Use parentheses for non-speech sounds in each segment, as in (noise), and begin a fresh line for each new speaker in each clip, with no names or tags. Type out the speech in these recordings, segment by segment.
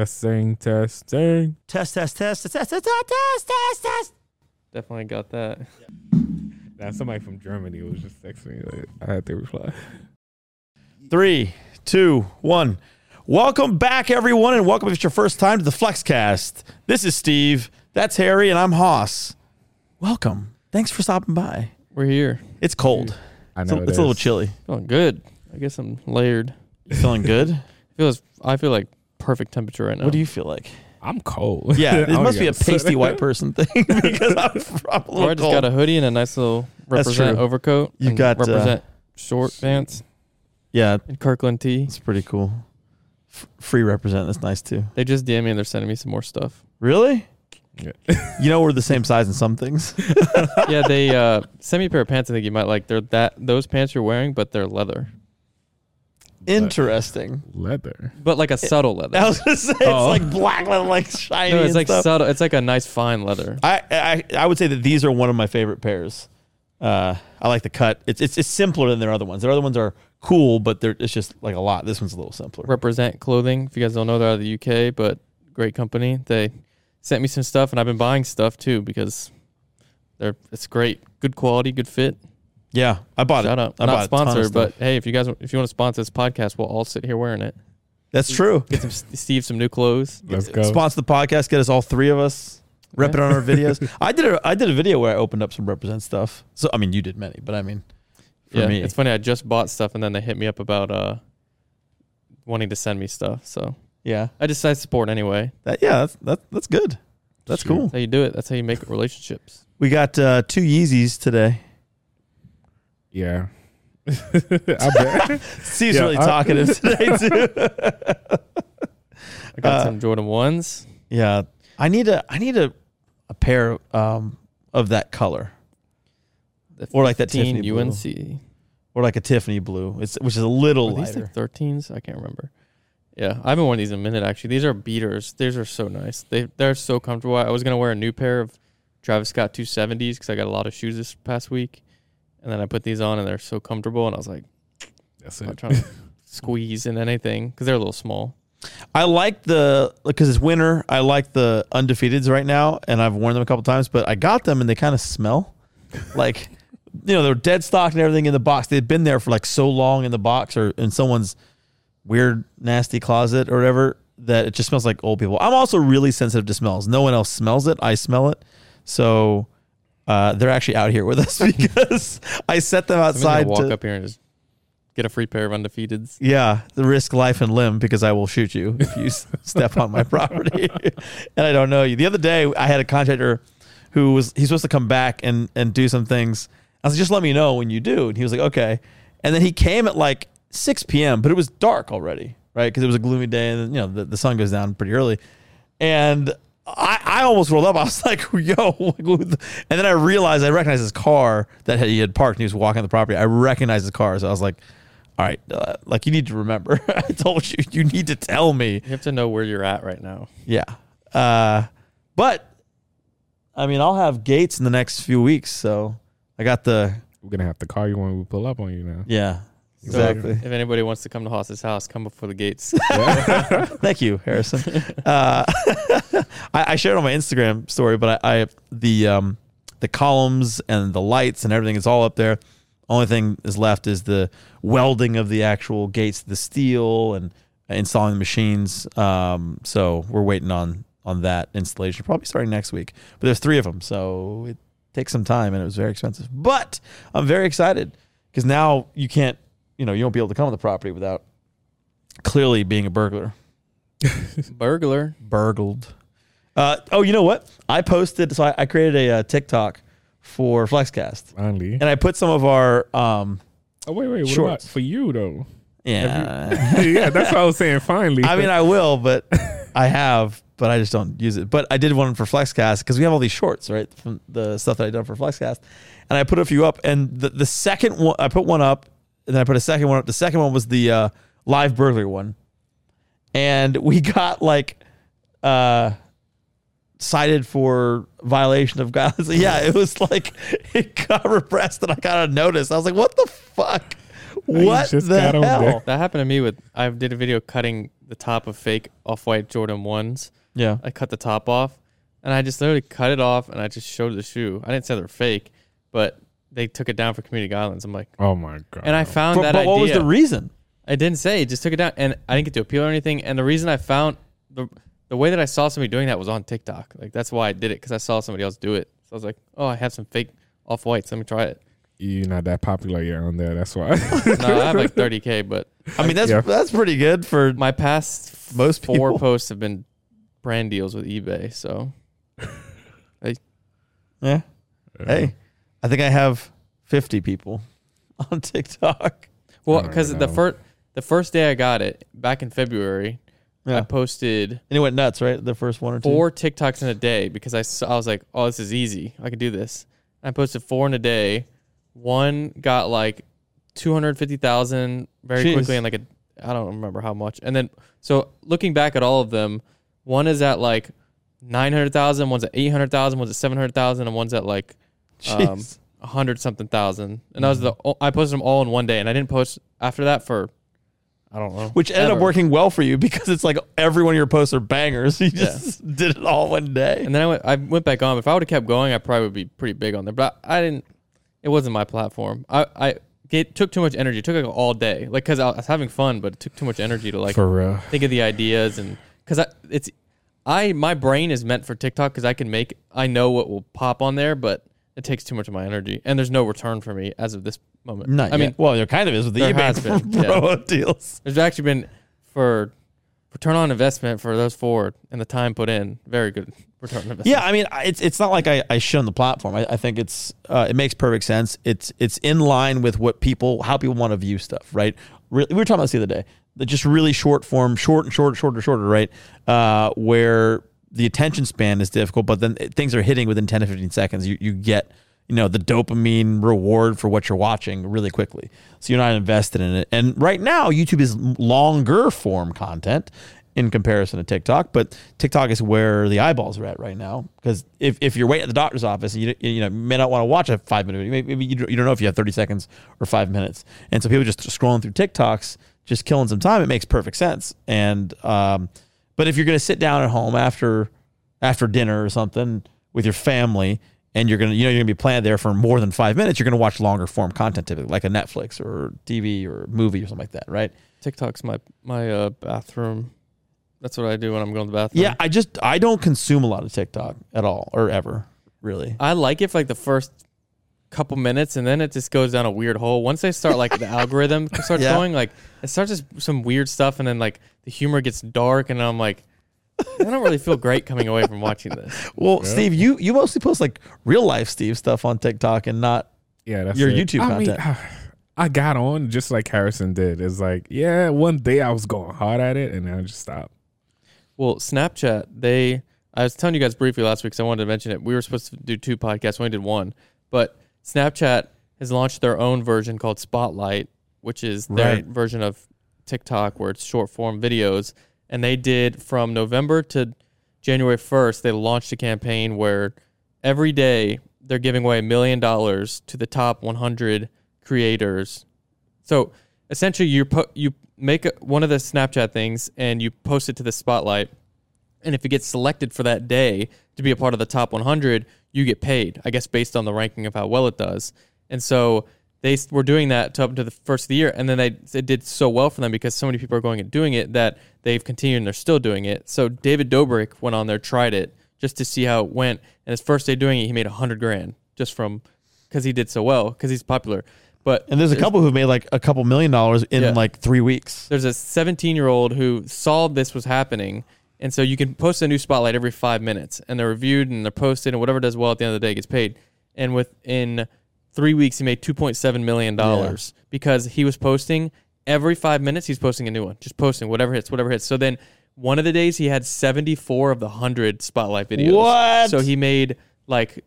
Testing, testing.
Test, test, test, test, test, test, test, test, test.
Definitely got that.
Now somebody from Germany was just texting me. Like, I had to reply.
Three, two, one. Welcome back, everyone, and welcome if it's your first time to the Flexcast. This is Steve. That's Harry, and I'm Haas. Welcome. Thanks for stopping by.
We're here.
It's cold.
I
It's a,
know it
it's a little
is.
chilly.
Feeling good. I guess I'm layered.
You feeling
(laughs)
good?
Feels. I feel like perfect temperature right now.
What do you feel like?
I'm cold.
(laughs)
(laughs)
Yeah,
I
Oh,
it
don't
must be a
got-
pasty white person thing (laughs) because I'm, I'm a
Or
little
I just
cold.
got a hoodie and a nice little
That's
represent
true.
overcoat.
You
and
got, uh,
represent short pants
yeah,
and Kirkland tee.
it's pretty cool. F- free represent. That's nice too.
They just DM me and they're sending me some
(laughs)
more stuff.
Really?
(laughs) Yeah.
You know we're the same size in some things.
yeah, they uh, sent me a pair of pants. I think you might like. They're that those pants you're wearing, but they're leather,
Interesting.
(laughs) Leather.
but like a subtle
(laughs)
leather.
I was gonna say
Oh.
it's like black, like shiny.
no,
and
it's like
stuff.
subtle. It's like a nice fine leather.
I, I I would say that these are one of my favorite pairs. Uh, I like the cut. It's, it's it's simpler than their other ones. Their other ones are cool, but they're it's just like a lot. This one's a little simpler.
Represent clothing. If you guys don't know, they're out of the UK, but great company. They sent me some stuff, and I've been buying stuff too because they're it's great, good quality, good fit.
Yeah, I bought
Shout
it.
out,
I
not
bought a ton of
sponsored, but
stuff.
hey, if you guys if you want to sponsor this podcast, we'll all sit here wearing it.
that's true.
Get some Steve some new clothes.
Let's go.
Sponsor the podcast. Get us all three of us. Rep it on
(laughs)
our videos. I did a I did a video where I opened up some represent stuff. So I mean, you did many, but I mean, for
yeah,
me,
it's funny. I just bought stuff, and then they hit me up about uh wanting to send me stuff. So
yeah,
I just I support anyway.
that, yeah, that's that, that's good. That's
Shoot.
cool.
That's how you do it. That's how you make relationships.
We got uh, two Yeezys today. (laughs)
Yeah. (laughs) I bet.
Steve's
Yeah,
really
I-
talkative
(laughs)
today too.
I got
Uh,
some Jordan ones.
Yeah, I need a I need a a pair um, of that color
The
or like that
15
Tiffany
UNC.
blue or like a Tiffany blue. It's which is a little
Are these
lighter.
like 13s? I can't remember. Yeah, I haven't worn these in a minute actually. These are beaters. These are so nice. They they're so comfortable. I was gonna wear a new pair of Travis Scott 270s because I got a lot of shoes this past week, and then I put these on and they're so comfortable. And I
(laughs)
was like,
That's
I'm not
it.
trying to squeeze in anything because they're a little small.
I like the because it's winter. I like the undefeateds right now, and I've worn them a couple times. But I got them, and they kind of
(laughs)
smell like you know they're dead stocked and everything in the box. They've been there for like so long in the box or in someone's weird nasty closet or whatever that it just smells like old people. I'm also really sensitive to smells. No one else smells it. I smell it, so. Uh, they're actually out here with us (laughs) because I set them
I'm gonna
outside.
walk
to-
up here and just get a free pair of undefeateds.
(laughs) yeah, the risk life and limb because I will shoot you if you s- step on my property (laughs) and I don't know you. The other day, I had a contractor who was he's supposed to come back and and do some things. I was like, just let me know when you do, and he was like, okay. And then he came at like 6 p.m., but it was dark already, right? Because it was a gloomy day, and you know the, the sun goes down pretty early. And I, I almost rolled up. I was (laughs) like, yo. like, who the- And then I realized I recognized his car that he had parked and he was walking on the property. I recognized his car. So I was like, all right, uh, like you need to remember. (laughs) I told you, you need to tell me.
You have to know where you're at right now.
Yeah. Uh, but I mean, I'll have gates in the next few weeks. So I got the,
We're gonna have to call you when we pull up on you now.
yeah,
So
exactly.
If anybody wants to come to Haas's house, come before
(laughs)
the gates.
Thank you, Harrison. Uh, (laughs) I, I shared on my Instagram story, but I, I the um, the columns and the lights and everything is all up there. Only thing is left is the welding of the actual gates, the steel, and installing the machines. Um, so we're waiting on on that installation, probably starting next week. But there's three of them, so it takes some time, and it was very expensive. But I'm very excited because now you can't, you know, you won't be able to come on the property without clearly being a burglar
Burglar.
burgled. Uh, oh, you know what? I posted, so I, I created a uh, TikTok for Flexcast,
Finally.
and I put some of our. Um,
Oh wait, wait. What about
Shorts.
for you
(laughs)
though?
yeah,
yeah, that's what I was saying. Finally.
I mean, I
(laughs)
will, but I have, but I just don't use it. But I did one for Flexcast because we have all these shorts, right? From the stuff that I done for Flexcast, and I put a few up. And the, the second one, I put one up, and then I put a second one up. The second one was the uh, live burglary one, and we (laughs) got like. uh cited for violation of God. (laughs) yeah, it was like it got repressed and I got a notice. I was like, what the fuck? What
just
the
got on
hell?
there.
That happened to me with I did a video cutting the top of fake off white Jordan ones.
Yeah.
I cut the top off, and I just literally cut it off, and I just showed the shoe. I didn't say they're fake, but they took it down for Community Guidelines. I'm like,
Oh my god.
and I found
But,
that
but
idea.
what was the reason?
I didn't say. Just took it down, and I didn't get to appeal or anything. And the reason I found the the way that I saw somebody doing that was on TikTok. Like that's why I did it because I saw somebody else do it. So I was like, oh, I have some fake off whites. Let me
(laughs)
try it.
you're not that popular yet on there. That's why.
No, I have like 30k, but
I mean, that's
Yeah.
that's pretty good for
my past
Most
most four (laughs)
people.
posts have been brand deals with eBay. So
yeah. Hey, I think I have 50 people (laughs) on TikTok.
well,
don't
because the
know.
first the first day I got it back in February,
Yeah. Mm-hmm.
I posted
And it went nuts, right? The first one or two.
four TikToks in a day because I saw, I was like, oh, this is easy. I can do this. I posted four in a day. One got like 250,000 very
Jeez.
quickly and like a, I don't remember how much. And then, so looking back at all of them, one is at like 900,000, one's at 800,000, one's at 700,000, and one's at like um,
Jeez.
a hundred something thousand, and that was the o- I posted them all in one day, and I didn't post after that for I don't know,
Which ended up
ever.
working well for you because it's like every one of your posts are bangers. (laughs) You just did it all one day.
And then I went I went back on. If I would have kept going, I probably would be pretty big on there, but I, I didn't. It wasn't my platform. I I it took too much energy. It took like all day, like because I was having fun, but it took too much energy to
(laughs)
like
For real.
think of the ideas and because I it's I my brain is meant for TikTok because I can make I know what will pop on there, but it takes too much of my energy, and there's no return for me as of this moment.
Not
I mean,
well, there kind of is with the
there
(laughs)
has
eBay
been, yeah.
promo deals.
There's actually been for return on investment for those four and the time put in, very good return on investment.
Yeah, I mean, I- it's it's not like I, I shun the platform. I, I think it's uh, it makes perfect sense. It's it's in line with what people how people want to view stuff, right? Re- we were talking about this the other day. The just really short form, short and shorter, shorter, shorter, right? Uh, where the attention span is difficult, but then it- things are hitting within ten to fifteen seconds. You you get you know the dopamine reward for what you're watching really quickly, so you're not invested in it. And right now, YouTube is longer form content, in comparison to TikTok, but TikTok is where the eyeballs are at right now. Because if, if you're waiting at the doctor's office, and you you know you may not want to watch a five minute video. Maybe maybe you, don't- you don't know if you have 30 seconds or five minutes, and so people just scrolling through TikToks, just killing some time. It makes perfect sense. And um, but if you're gonna sit down at home after after dinner or something with your family and you're gonna you know you're gonna be planted there for more than five minutes, you're gonna watch longer form content typically, like a Netflix or TV or movie or something like that, right?
TikTok's my my uh, bathroom. That's what I do when I'm going to the bathroom.
Yeah, I just I don't consume a lot of TikTok at all or ever really.
I like it for like the first couple minutes, and then it just goes down a weird hole. Once they start
(laughs)
like the algorithm starts
Yeah.
going, like it starts just some weird stuff, and then like the humor gets dark, and I'm like, I don't really feel great coming away from watching this.
Well, Steve, you you mostly post like real life Steve stuff on TikTok and not
Yeah, that's
Your
it.
YouTube
I mean,
content.
I got on just like Harrison did. It's like, yeah, one day I was going hard at it, and then I just stopped.
Well, Snapchat, they I was telling you guys briefly last week because I wanted to mention it. We were supposed to do two podcasts, we only did one. But Snapchat has launched their own version called Spotlight, which is their
Right.
version of TikTok where it's short form videos. And they did from November to January 1st, they launched a campaign where every day they're giving away a million dollars to the top 100 creators so essentially, you po- you make a, one of the Snapchat things and you post it to the spotlight, and if it gets selected for that day to be a part of the top 100, you get paid. I guess based on the ranking of how well it does. And so they s- were doing that to up to the first of the year, and then they it did so well for them because so many people are going and doing it that they've continued and they're still doing it. So David Dobrik went on there, tried it just to see how it went, and his first day doing it, he made a hundred grand just from because he did so well because he's popular. But
and there's a couple who made like a couple million dollars in
Yeah.
like three weeks.
there's a 17 year old who saw this was happening and so you can post a new spotlight every five minutes and they're reviewed and they're posted and whatever does well at the end of the day gets paid and within three weeks he made 2.7 million dollars because he was posting every five minutes he's posting a new one just posting whatever hits whatever hits so then one of the days he had 74 of the 100 spotlight videos
What?
so he made like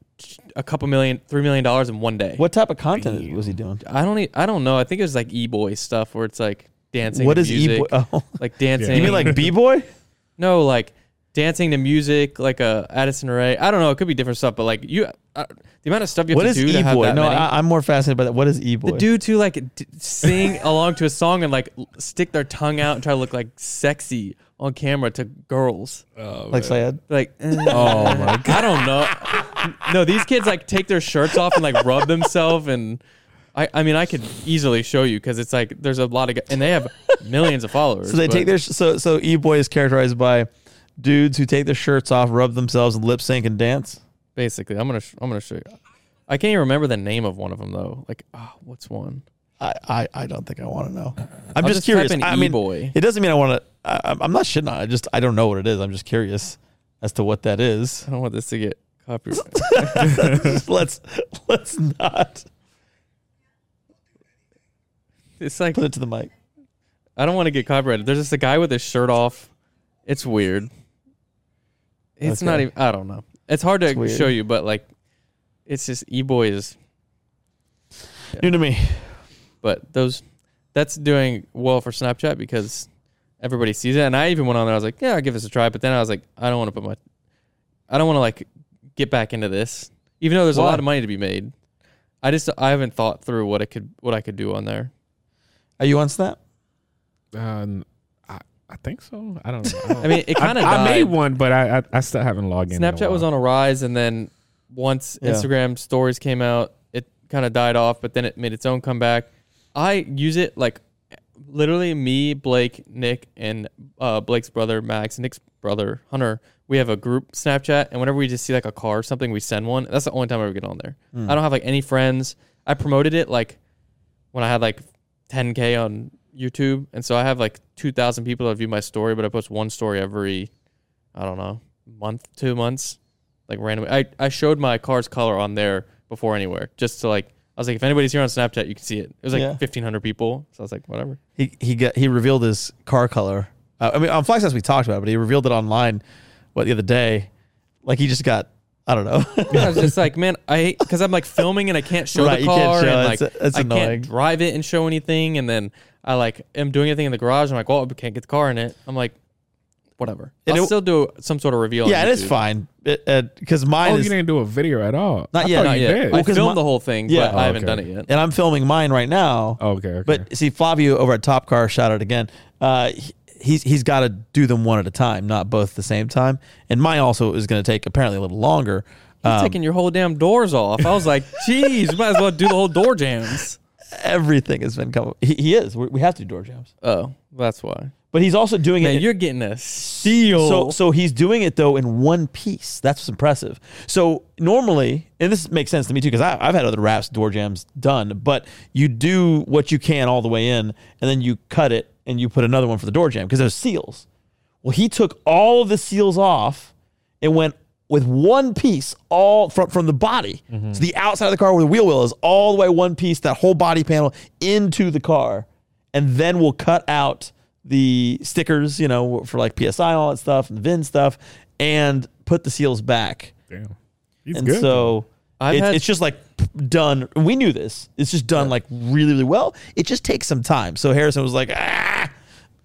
a couple million three million dollars in one day
What type of content was he doing?
i don't e- i don't know i think it was like e-boy stuff where it's like dancing
What
to
is
music
e (laughs) oh.
like dancing.
You mean
(laughs)
like B boy?
no, like dancing to music, like a Addison Ray. I don't know. It could be different stuff, but like you, uh, the amount of stuff you have
What
to
is
do to
e
have
boy?
that
No,
many.
I, I'm more fascinated by that. What is e boy?
the dude to like d- sing (laughs) along to a song and like l- stick their tongue out and try to look like sexy on camera to girls.
Oh, man.
like Syed.
(laughs) Like, eh.
Oh my god.
(laughs) I don't know. No, these kids like take their shirts off and like rub themselves and. I, I mean I could easily show you because it's like there's a lot of gu- and they have millions of followers.
So they
but-
take their sh- so so e boy is characterized by dudes who take their shirts off, rub themselves, and lip sync and dance.
basically. I'm gonna sh- I'm gonna show you. I can't even remember the name of one of them though. Like oh, what's one?
I, I, I don't think I want to know. I'm
I'll
just,
just type
curious.
in
I mean,
e-boy.
it doesn't mean I want to. I'm not shitting on. it. I just I don't know what it is. I'm just curious as to what that is. (laughs)
I don't want this to get copyright.
let's let's not
it's like
put it to the mic.
I don't want to get copyrighted. There's just a guy with his shirt off. It's weird. It's
Okay.
not even. I don't know. It's hard to
It's weird.
show you, but like, it's just e boy is.
New to me.
But those, that's doing well for Snapchat because everybody sees it. And I even went on there. I was like, yeah, I'll give this a try. But then I was like, I don't want to put my, I don't want to like get back into this, even though there's a
Why?
lot of money to be made. I just I haven't thought through what I could what I could do on there.
Are you on Snap?
Um, I, I think so. I
(laughs)
don't know. I, don't-
I mean, it kind of
I, I made one, but I, I I still haven't logged in. in. a
Snapchat was
while.
on a rise, and then once
Yeah.
Instagram stories came out, it kind of died off, but then it made its own comeback. I use it like literally me, Blake, Nick, and uh, Blake's brother, Max, Nick's brother, Hunter. We have a group Snapchat, and whenever we just see like a car or something, we send one. That's the only time I ever get on there.
Hmm.
I don't have like any friends. I promoted it like when I had like 10K on YouTube. And so I have like 2,000 people that view my story, but I post one story every, I don't know, month, two months like randomly. I, I showed my car's color on there before anywhere, just to like I was like, if anybody's here on Snapchat, you can see it. It was like
Yeah.
fifteen hundred people, so I was like, whatever.
He he got he revealed his car color. Uh, I mean, on Flaxhouse we talked about, it, but he revealed it online. What the other day? Like he just got. I don't know. (laughs)
I was just like, man, I because I'm like filming and I can't show
Right,
the
you can't
car
show
and
it.
like
It's- it's
I
annoying.
can't drive it and show anything, and then I like am doing anything in the garage. I'm like, well, I can't get the car in it. I'm like, whatever.
And
I'll
it-
still do some sort of reveal. on
yeah, it is
YouTube.
fine. Because mine
Oh, you
is,
didn't do a video at all.
Not
I
yet,
thought
not
you
Yeah,
did.
I
'cause
filmed
my-
the whole thing,
Yeah.
but
Oh,
I haven't
okay.
done it yet.
and I'm filming mine right now.
Oh, okay, okay.
But see, Flavio over at Top Car, shout out again. Uh, he- he's he's got to do them one at a time, not both at the same time. And mine also is going to take apparently a little longer.
You're
Um,
taking your whole damn doors off. I was like, (laughs) geez, might as well do the whole door jams.
everything has been coming. He, he is. We we have to do door jams,
Oh, that's why.
but he's also doing
Man,
it.
you're getting a seal.
so so he's doing it though in one piece. That's what's impressive. So normally, and this makes sense to me too because I've had other raps door jams done, but you do what you can all the way in, and then you cut it and you put another one for the door jam because there's seals. Well, he took all of the seals off and went with one piece all from from the body. So the outside of the car where the wheel well is all the way one piece, that whole body panel into the car, and then we'll cut out the stickers, you know, for like PSI, all that stuff, and VIN stuff, and put the seals back.
Damn, he's
and
good.
so
I've
it-
had-
it's just like done. We knew this. It's just done like really, really well. It just takes some time. So Harrison was like, ah.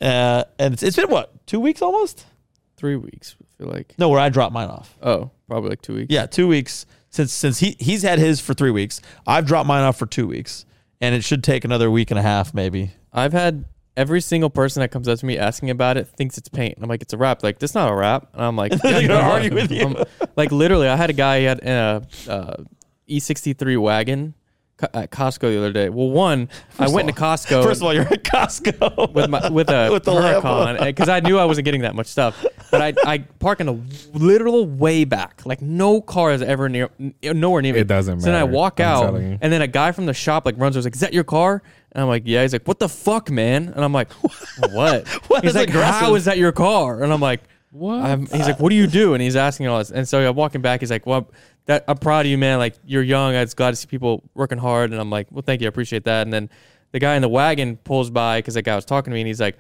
Uh, and it's, it's been what two weeks almost?
three weeks. I feel like.
No, where I dropped mine off.
Oh, probably like two weeks.
Yeah, two weeks since since he he's had his for three weeks. I've dropped mine off for two weeks, and it should take another week and a half maybe.
I've had every single person that comes up to me asking about it thinks it's paint. And I'm like, it's a wrap. Like, that's not a wrap. And (laughs) I'm like,
They're
"Yeah,
gonna
no,
argue with you.
I'm- like, literally, I had a guy, he had an uh, E63 wagon co- at Costco the other day. Well, one, I went to Costco.
First of all, you're at Costco
with my with a
(laughs) With the
Huracan because I knew I wasn't getting that much stuff. But I I park in the literal way back, like no car is ever near, n- nowhere near me.
It doesn't
So then I
matter.
walk
I'm
out,
telling you.
and then a guy from the shop like runs. over, like, "Is that your car?" And I'm like, "Yeah." He's like, "What the fuck, man?" And I'm like, (laughs) "What?"
(laughs) What
he's
is
like,
aggressive?
"How is that your car?" And I'm like.
What?
I'm, he's like, what do you do? And he's asking all this. And so I'm walking back. He's like, well, that I'm proud of you, man. Like you're young. I'm glad to see people working hard. And I'm like, well, thank you. I appreciate that. And then the guy in the wagon pulls by because that guy was talking to me, and he's like,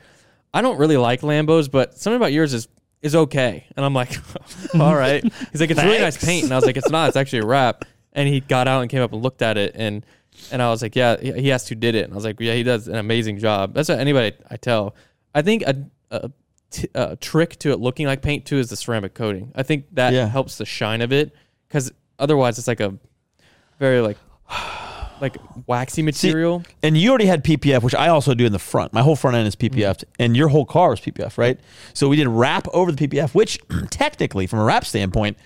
I don't really like Lambos, but something about yours is is okay. And I'm like, (laughs) all right. He's like, it's really nice paint. And I was like, it's not. It's actually a wrap. And he got out and came up and looked at it and. And I was like, yeah, he he asked who did it. And I was like, yeah, he does an amazing job. That's what anybody I tell. I think a, a t- uh, trick to it looking like paint too is the ceramic coating. I think that
Yeah.
helps the shine of it because otherwise it's like a very like (sighs) like waxy material.
and you already had PPF, which I also do in the front. My whole front end is PPF, 'd, and your whole car was PPF, right? So we did wrap over the PPF, which (clears throat) technically, from a wrap standpoint,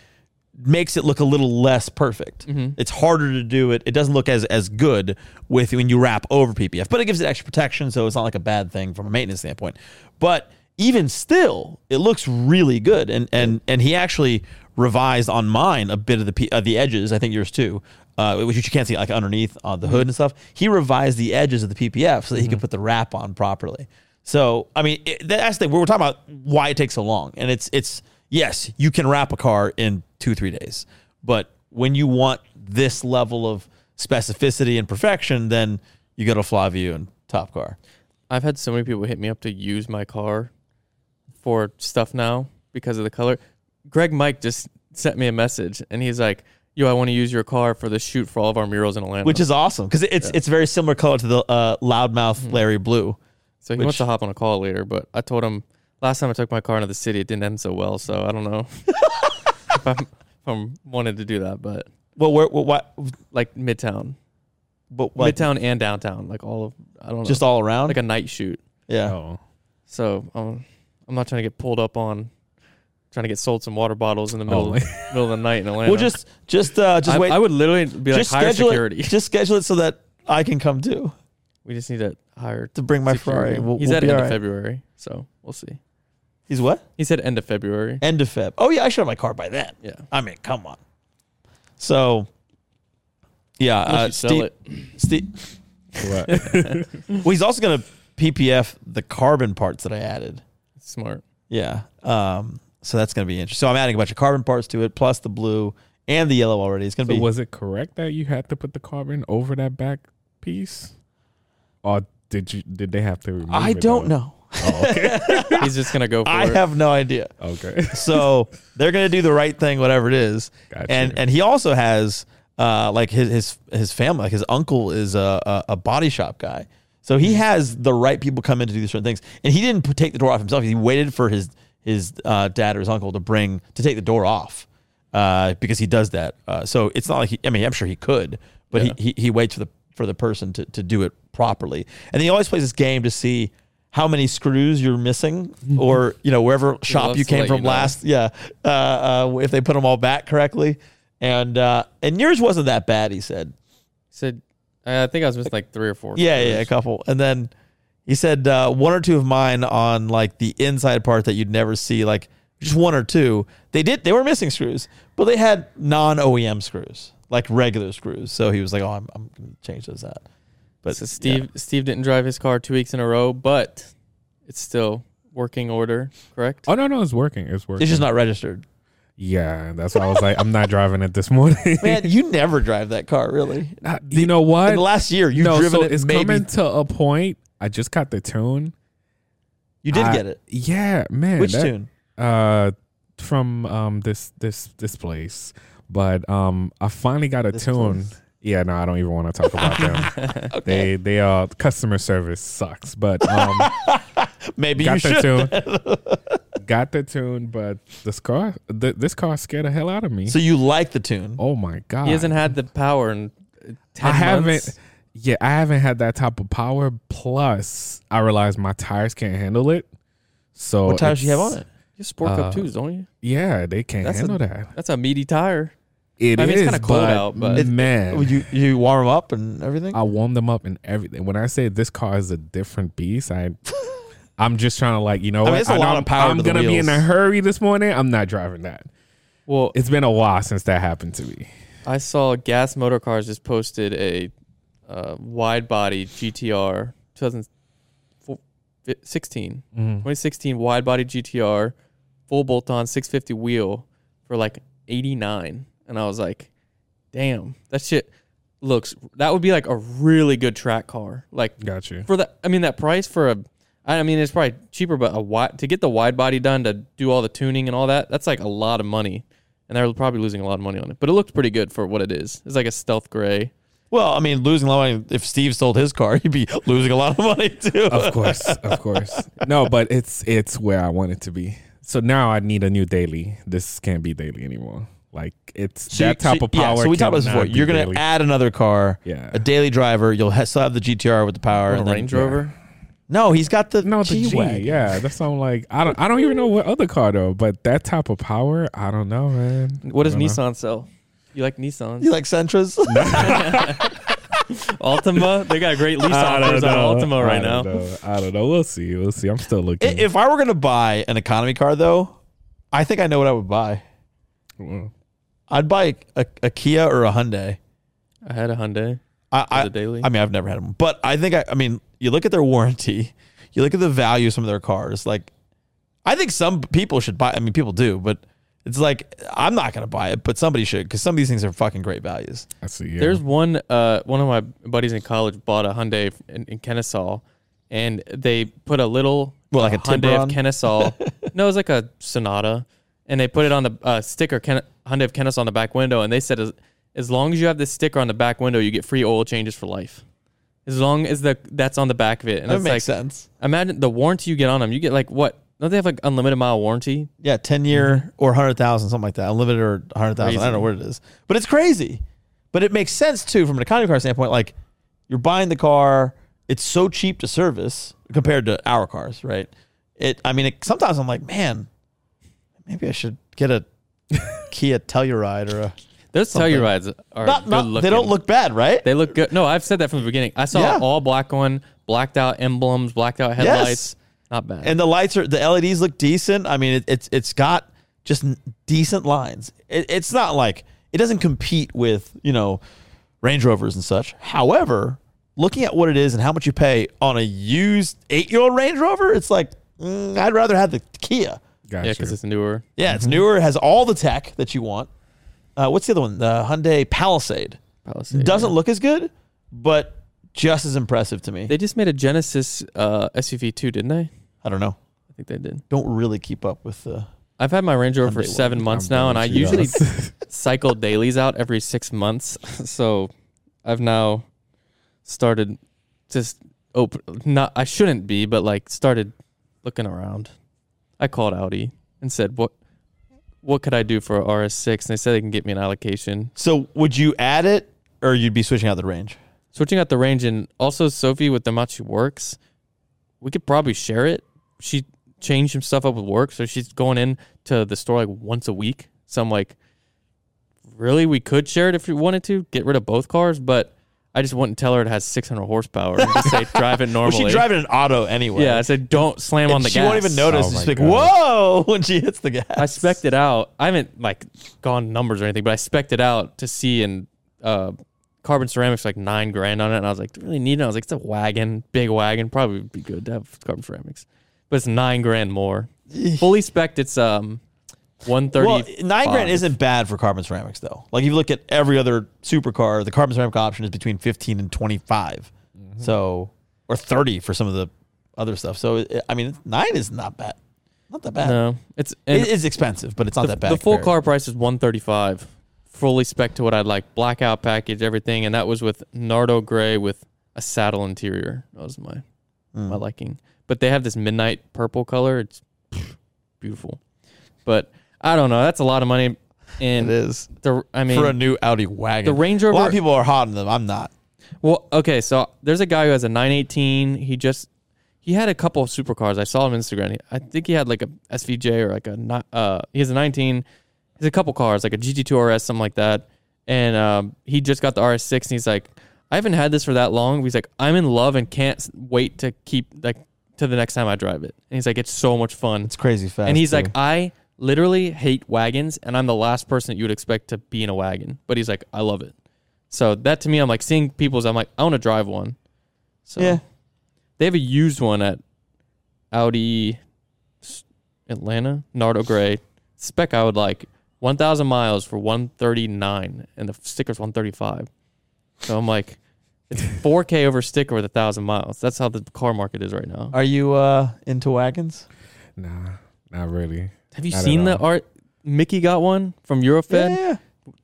makes it look a little less perfect. It's harder to do it. It doesn't look as as good with when you wrap over PPF, but it gives it extra protection, so it's not like a bad thing from a maintenance standpoint. But even still, it looks really good. And and and he actually revised on mine a bit of the P, uh, the edges. I think yours too, uh, which you can't see like underneath uh, the hood and stuff. He revised the edges of the PPF so that he could put the wrap on properly. So I mean, it, that's the thing. We're talking about why it takes so long, and it's it's yes, you can wrap a car in two three days, but when you want this level of specificity and perfection, then you go to Flavio and Top Car.
I've had so many people hit me up to use my car for stuff now because of the color. Greg Mike just sent me a message and he's like, "Yo, I want to use your car for the shoot for all of our murals in Atlanta."
which is awesome because it's it's very similar color to the uh,
Hmm.
loudmouth Larry Blue.
so he
which-
wants to hop on a call later, but I told him last time I took my car into the city, it didn't end so well, so I don't know (laughs) if, I'm, if I'm wanted to do that, but
Well, where, well, what,
like Midtown,
but like,
Midtown and downtown, like all of I don't know,
just all around.
like a night shoot.
yeah,
Oh,
So um, I'm not trying to get pulled up on. Trying to get sold some water bottles in the middle,
Oh,
of, middle of the night in
(laughs)
Atlanta.
well, just just uh, just
I,
wait.
I would literally be
just
like higher
schedule
security. (laughs)
it. Just schedule it so that I can come too
we just need to hire
to bring (laughs) my
security.
Ferrari. We'll,
He's
we'll
at
be
end
all
of
right.
February, so we'll see.
He's what?
He said end of February.
End of Feb. Oh yeah, I should have my car by then.
Yeah,
I mean, come on. So, yeah,
Unless
uh,
you sell
Steve,
it.
Steve.
what?
(laughs) Well, he's also gonna PPF the carbon parts that I added.
Smart.
Yeah. Um, so that's going to be interesting. So I'm adding a bunch of carbon parts to it, plus the blue and the yellow already. It's going to
So
be.
was it correct that you had to put the carbon over that back piece, or did you did they have to? Remove
I
it,
don't
though?
know.
Oh, okay,
He's just gonna go
(laughs)
for
I
it.
have no idea.
okay,
(laughs)
(laughs)
So they're going to do the right thing, whatever it is.
gotcha.
And and he also has uh, like his his his family, like his uncle is a, a a body shop guy. So he has the right people come in to do certain things, and he didn't p- take the door off himself. He waited for his his uh, dad or his uncle to bring to take the door off uh, because he does that. Uh, so it's not like he, I mean I'm sure he could, but he, he he waits for the for the person to to do it properly, and he always plays this game to see. How many screws you're missing, or you know wherever shop
loves
you
to
came
let you
from
know.
last yeah, uh, uh, if they put them all back correctly, and uh, and yours wasn't that bad. He said,
said. I I think I was missing like three or four.
yeah, yeah, a
photos.
couple, and then he said uh, one or two of mine on like the inside part that you'd never see, like just one or two. They did, they were missing screws, but they had non OEM screws, like regular screws. So he was like, oh, I'm, I'm gonna change those out. But
So Steve Steve didn't drive his car two weeks in a row, but it's still working order, correct?
oh no, no, it's working. It's
yeah,
working.
it's just not registered.
yeah, that's why I was like, I'm not driving it this (laughs) morning.
Man, (laughs) you never drive that car, really.
Uh, (laughs) you know what?
In the last year, you've
no,
driven
so
it.
it's
maybe
coming to a point. I just got the tune.
you did
I-
get it.
Yeah, man.
Which
that-
tune?
Uh, from um this this this place, but um I finally got a
This
tune.
place.
Yeah, no, I don't even want to talk about them.
(laughs)
They they uh customer service sucks, but um
Maybe you
got
should.
the tune.
(laughs)
got the tune, but this car th- this car scared the hell out of me.
So you like the tune?
oh my god.
he hasn't had the power in uh, ten
I haven't
months.
yeah, I haven't had that type of power plus I realized my tires can't handle it. So
What tires you have
it's-
on it?
You sport
Uh,
cup twos, don't you?
Yeah, they can't
That's a-
handle that.
That's a meaty tire.
It
I mean, it's
is,
kinda cold out, but- It-
man, Um,
Would you you warm them up and everything?
I warmed them up and everything. When I say this car is a different beast,
(laughs)
I I'm just trying to like you know
I mean,
what?
it's a
know
lot of
I'm,
power
I'm
to the
gonna be in a
wheels.
hurry this morning. I'm not driving that.
Well,
It's been a while since that happened to me.
I saw Gas Motor Cars just posted a uh, wide body GTR 2016, 2016 wide body GTR, full bolt on 650 wheel for like 89. And I was like, damn, that shit looks, that would be like a really good track car. Like
Got you.
for that, I mean, that price for a, I I mean, it's probably cheaper, but a wide, to get the wide body done to do all the tuning and all that, that's like a lot of money. And they're probably losing a lot of money on it, but it looked pretty good for what it is. It's like a stealth gray.
well, I mean, losing a lot of money. If Steve sold his car, (laughs) he'd be losing a lot of money too.
Of course, of course. No, but it's it's where I want it to be. So now I need a new daily. This can't be daily anymore. Like it's
So you-
that type
so-
of power.
Yeah, so we talked about this
cannot
before.
be
You're gonna
daily.
add another car,
yeah.
a daily driver. You'll ha- still have the GTR with the power.
Or a
and then-
Range Rover.
No, he's got the
no, the G,
G-Wagon.
yeah. That's what I'm like. I don't. I don't even know what other car though. But that type of power, I don't know, man.
What does
I don't know.
Nissan sell? You like
(laughs)
Nissans?
You like Sentras?
Altima? They got great lease
I don't
offers on
know.
Altima
I
right now.
don't know. I don't know. We'll see. We'll see. I'm still
I-
looking.
if I were gonna buy an economy car, though, I think I know what I would buy.
Well,
I'd buy a, a Kia or a Hyundai.
I had a Hyundai.
I,
as
I,
a daily.
I mean, I've never had them, but I think I, I mean, you look at their warranty, you look at the value of some of their cars. Like, I think some people should buy. I mean, people do, but it's like I'm not gonna buy it, but somebody should because some of these things are fucking great values.
I see. Yeah.
There's one uh one of my buddies in college bought a Hyundai in, in Kennesaw, and they put a little
Well, like
uh,
a
Hyundai
Tiburon?
of
(laughs)
Kennesaw. no, it was like a Sonata, and they put it on the uh, sticker Ken- Hyundai of Kennesaw on the back window, and they said as, as long as you have this sticker on the back window, you get free oil changes for life. As long as the that's on the back of it, and
that
it's
makes
like
sense.
imagine the warranty you get on them. You get like what? Don't they have like unlimited mile warranty?
Yeah, ten
Mm-hmm.
year or hundred thousand, something like that, unlimited or hundred thousand. I don't know what it is, but it's crazy. But it makes sense too from an economy car standpoint. Like you're buying the car, it's so cheap to service compared to our cars, right? It. I mean, it, sometimes I'm like, man, maybe I should get
(laughs)
a Kia Telluride or a.
Those
Something.
Tellurides are
Not,
good
not, they
looking.
don't look bad, right?
They look good. No, I've said that from the beginning. I saw
Yeah.
an all black one, blacked out emblems, blacked out headlights. Not bad.
and the lights are the LEDs look decent. I mean, it, it's it's got just n- decent lines. It, it's not like it doesn't compete with you know Range Rovers and such. However, looking at what it is and how much you pay on a used eight year old Range Rover, it's like mm, I'd rather have the Kia.
gotcha.
yeah, because it's newer.
Yeah, it's newer, has all the tech that you want. Uh, what's the other one? The Hyundai Palisade
Palisade,
doesn't
yeah.
look as good, but just as impressive to me.
They just made a Genesis uh, SUV too, didn't they?
I don't know.
I think they did.
Don't really keep up with the.
I've had my Range Rover for
Hyundai
seven months
I'm
now, and I
gonna shoot
usually
us. (laughs)
cycle dailies out every six months. (laughs) so I've now started just open. Not I shouldn't be, but like started looking around. I called Audi and said, "What, what could I do for a RS6?" And they said they can get me an allocation.
So would you add it or you'd be switching out the range?
switching out the range and also Sophie with the amount she works, we could probably share it. She changed some stuff up with work, so she's going in to the store like once a week. So I'm like, really, we could share it if we wanted to. Get rid of both cars, but I just wouldn't tell her it has 600 horsepower and just say drive
(laughs)
it
Well,
normally.
she'd drive it in auto anyway.
yeah, I said don't slam
And
on the
she
gas.
won't even notice.
Oh
She's
my
like,
God.
whoa, (laughs) when she hits the gas.
I spec it out. I haven't like gone numbers or anything, but I spec it out to see and uh, carbon ceramics like nine grand on it, and I was like, do I really need it. I was like, it's a wagon, big wagon, probably would be good to have carbon ceramics, but it's nine
(laughs)
grand more. Fully spec, it's um one thirty.
Well, nine grand isn't bad for carbon ceramics though. Like if you look at every other supercar, the carbon ceramic option is between fifteen and twenty
Mm-hmm.
So or thirty for some of the other stuff. So it- I mean, nine is not bad. Not that bad.
No, it's and
It is expensive, but it's not
the,
that bad.
the full
compared.
car price is one thirty five. Fully spec to what I'd like, blackout package, everything, and that was with Nardo Gray with a saddle interior. That was my my
Mm.
liking. But they have this midnight purple color. It's beautiful. But I don't know. That's a lot of money.
It
And
is
the I mean
for a new Audi wagon.
the Range
a lot
Rover.
of people are hot on them. I'm not.
well, okay. So there's a guy who has a 918. He just he had a couple of supercars. I saw him on Instagram. He, I think he had like a SVJ or like a ni- uh. He has a 19. He's a couple cars like a GT2 RS something like that. And um, he just got the RS6 and he's like, I haven't had this for that long. He's like, I'm in love and can't s- wait to keep like to the next time I drive it. And he's like, it's so much fun.
It's crazy fast.
And he's
too.
like, I literally hate wagons, and I'm the last person that you would expect to be in a wagon. But he's like, I love it. So that to me, I'm like seeing people's. I'm like, I want to drive one. So
yeah.
they have a used one at Audi S- Atlanta Nardo Gray spec. I would like 1,000 miles for 139, and the sticker's 135. So I'm like,
(laughs)
it's 4K over sticker with a thousand miles. That's how the car market is right now.
Are you uh, into wagons?
nah, not really.
Have you
I don't
seen the
know.
art? Mickey got one from Eurofed.
yeah.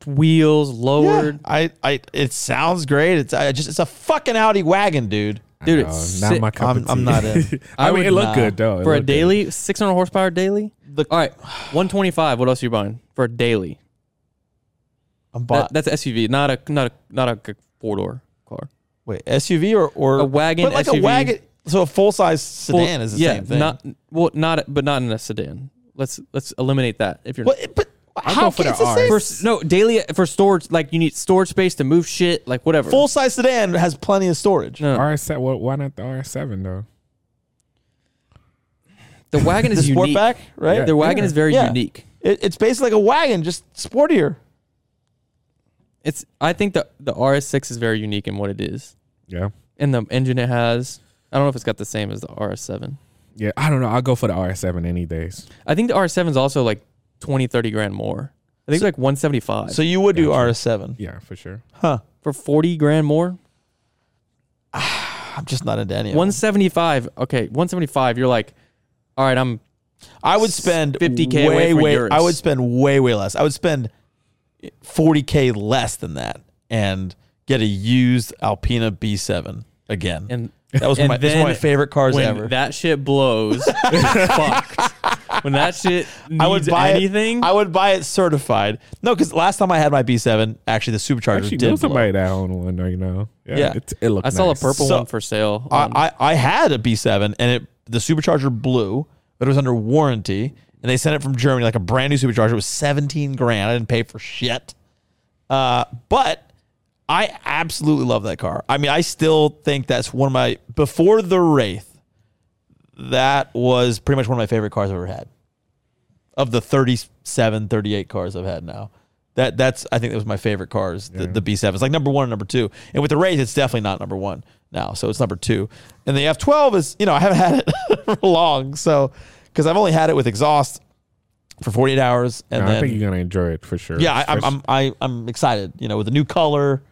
wheels lowered.
I, I, it sounds great. It's I just, it's a fucking Audi wagon, dude.
I
Dude,
know,
it's
not
sick.
my cup
I'm,
of tea.
I'm not in.
(laughs) I,
I
mean,
would
it
not.
looked good though. It
For a
looked good.
daily, 600 horsepower daily?
The-
All right, 125. What else are you buying for a daily?
I'm
That,
bought.
that's SUV, not a not a not a four door car.
Wait, SUV or or
A wagon,
but like a
SUV.
wagon. So a full size
Well,
sedan is the
yeah,
same thing.
Not well, not but not in a sedan. Let's let's eliminate that. If you're
Well, but how
going for
can it's
the
the
R.
same?
for, no daily uh, for storage, like you need storage space to move shit, like whatever.
full size sedan has plenty of storage.
No.
RS7. Well, why not the RS7 though?
the wagon
The (laughs)
is unique.
Sportback, right?
Yeah.
Their wagon is very
Yeah.
unique.
It, it's basically like a wagon, just sportier.
It's I think the the RS6 is very unique in what it is
Yeah.
and the engine it has. I don't know if it's got the same as the RS7.
Yeah, I don't know. I'll go for the RS7 any days.
I think the RS7 is also like 20, 30 grand more. I think it's like 175
So you would do
Gotcha.
RS7,
Yeah, for sure.
huh?
for 40 grand more.
I'm just not into any. of them.
175. Okay, 175. You're like, all right, I'm
I would spend
50K away
way,
for
way.
yours.
I would spend way, way less. I would spend 40k less than that and get a used Alpina B7 again.
and
that was, one
and
of my, that's one of my
then
favorite cars
when
ever.
that shit blows, it's fucked.
(laughs)
When that shit needs
I would buy
anything,
It, I would buy it certified. No, because last time I had my B7, actually the supercharger
Actually,
did.
know
blow.
somebody that owned one, though, you know. Yeah,
Yeah.
It's, it looks.
I saw
nice.
a purple
So-
one for sale. Um, on-
I, I I had a B7 and it the supercharger blew, but it was under warranty, and they sent it from Germany like a brand new supercharger. It was seventeen grand. I didn't pay for shit. Uh, but I absolutely love that car. I mean, I still think that's one of my before the Wraith. That was pretty much one of my favorite cars I've ever had. Of the 37, 38 cars I've had now. That that's I think that was my favorite cars, the, the B7. It's like number one and number two. And with the Wraith, it's definitely not number one now. So it's number two. And the F12 is, you know, I haven't (laughs) had it for long. So because I've only had it with exhaust for 48 hours. And
No,
then
I think you're gonna enjoy it for sure.
yeah, I, I'm,
Especially-
I'm I, I'm excited. You know, with the new color,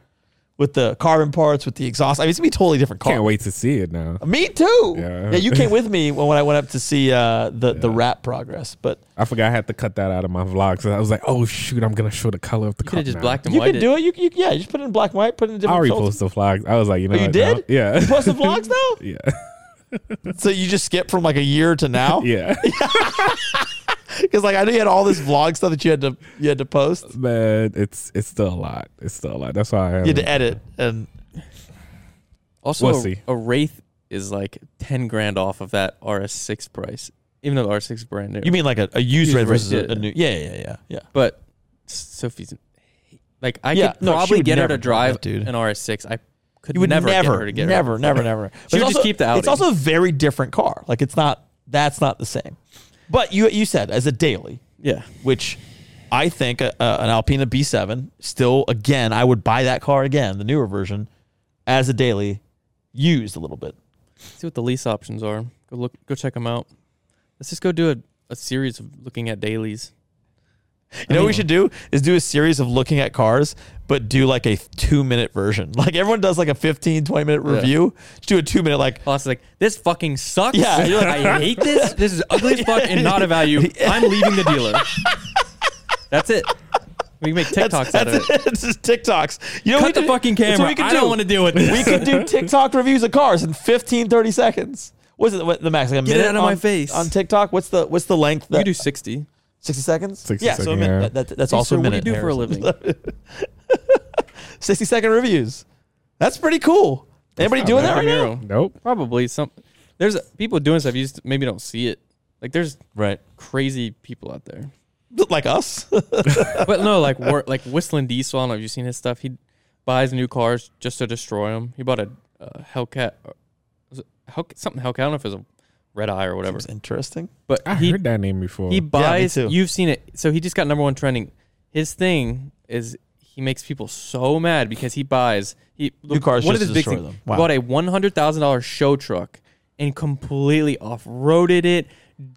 with the carbon parts, with the exhaust. I mean, it's gonna be a totally different car.
can't wait to see it now.
Me too.
Yeah.
you came with me when, when I went up to see uh, the the wrap progress, but
I forgot I had to cut that out of my vlog, so I was like, "Oh shoot, I'm gonna show the color of the
you could
car."
have just
now.
blacked and
you
white.
can do it. You, you yeah, you just put it in black and white, put it in
I'll
different. Oh,
repost the vlogs. I was like, you
Oh,
know,
you
what, no.
did?
Yeah, (laughs)
You post the vlogs now.
yeah,
so you just skip from like a year to
(laughs)
now,
yeah.
(laughs)
because like I knew you had all this vlog stuff that you had to you had to post, you
Man, it's it's still a lot. It's still a lot. That's why I
had to
haven't-
edit, and
Also,
We'll
a,
see.
a Wraith is like 10 grand off of that RS6 price, even though the RS6 is brand new.
you mean like a, a used
Used
red versus
Wraith,
a, a
yeah.
new? Yeah, yeah, yeah, yeah.
but Sophie's like, I
Yeah,
could
no, she
probably
would
get her
never
to
do that,
drive
dude.
an RS6. I could
You would
never,
never,
get her to get her.
never, never,
(laughs)
never. But
She
it's
would just keep the Audi.
It's also a very different car. Like it's not. That's not the same. But you you said as a daily,
Yeah.
which I think a, a, an Alpina B7 still again I would buy that car again, the newer version, as a daily, used a little bit.
See what the lease options are. Go look, go check them out. Let's just go do a, a series of looking at dailies.
You know what we should do is do a series of looking at cars, but do like a two minute version. (laughs) Like everyone does like a 15, 20 minute
Yeah. Oh,
review. Just do a two minute like
Boss is like, this fucking sucks.
Yeah.
And (laughs) you're like, I hate this. This is ugly as fuck and not
(laughs)
a value. I'm leaving the dealer. That's it. We can make TikToks out of it.
that's it. (laughs) it's just TikToks. You know what we
Cut the
could-
fucking
that's what
camera.
we could
I don't
do.
want
(laughs)
to deal with this.
we could do TikTok reviews of cars in 15, 30 seconds. What's it, what, the max? Like a
Get it
minute
out of my
on-
face.
on TikTok. What's the what's the length?
You
That,
do 60.
sixty seconds.
60
yeah, so a
second,
minute,
yeah.
that- that- that's
Hey,
also a
sir, what do
minute.
you do for a
Harrison.
living?
(laughs) sixty second reviews. That's pretty cool. Anybody
not
doing
bad.
that right now?
Camaro.
Nope.
Probably some. There's people doing stuff you just maybe don't see it. Like there's
Right,
crazy people out there.
like us.
But no, like wor- like whistling Diesel. I don't know if you've seen his stuff. He buys new cars just to destroy them. He bought a uh, Hellcat, uh, was it Hellcat, something Hellcat. I don't know if it was a Red Eye or whatever.
Seems interesting.
But
I
he
heard that name before.
he buys.
too.
you've seen it. So he just got number one trending. His thing is he makes people so mad because he buys he
New cars
One
just
of
to
his big
destroy
things.
them. Wow.
Bought a one hundred thousand dollars show truck and completely off roaded it.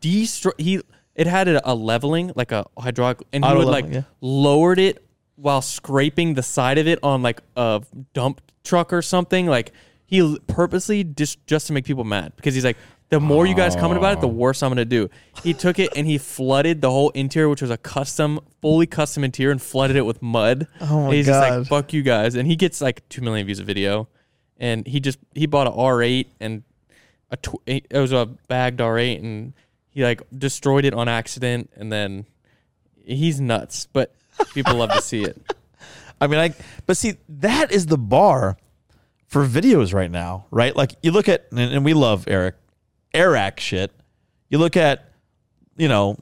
Destroy he. It had a, a leveling like a hydraulic, and he
Auto
would like
leveling, yeah.
lowered it while scraping the side of it on like a dump truck or something. Like he l- purposely just just to make people mad because he's like, the more you guys comment about it,
Oh.
the worse I'm gonna do. He took it and he flooded the whole interior, which was a custom, fully custom interior, and flooded it with mud.
Oh my
and he's
God.
just like, fuck you guys, and he gets like two million views a video, and he just he bought a R8 and a tw- it was a bagged R8 and he like destroyed it on accident and then he's nuts, but people love to see it.
I mean, I but see that is the bar for videos right now, right? Like you look at and, and we love Eric Eric shit. You look at you know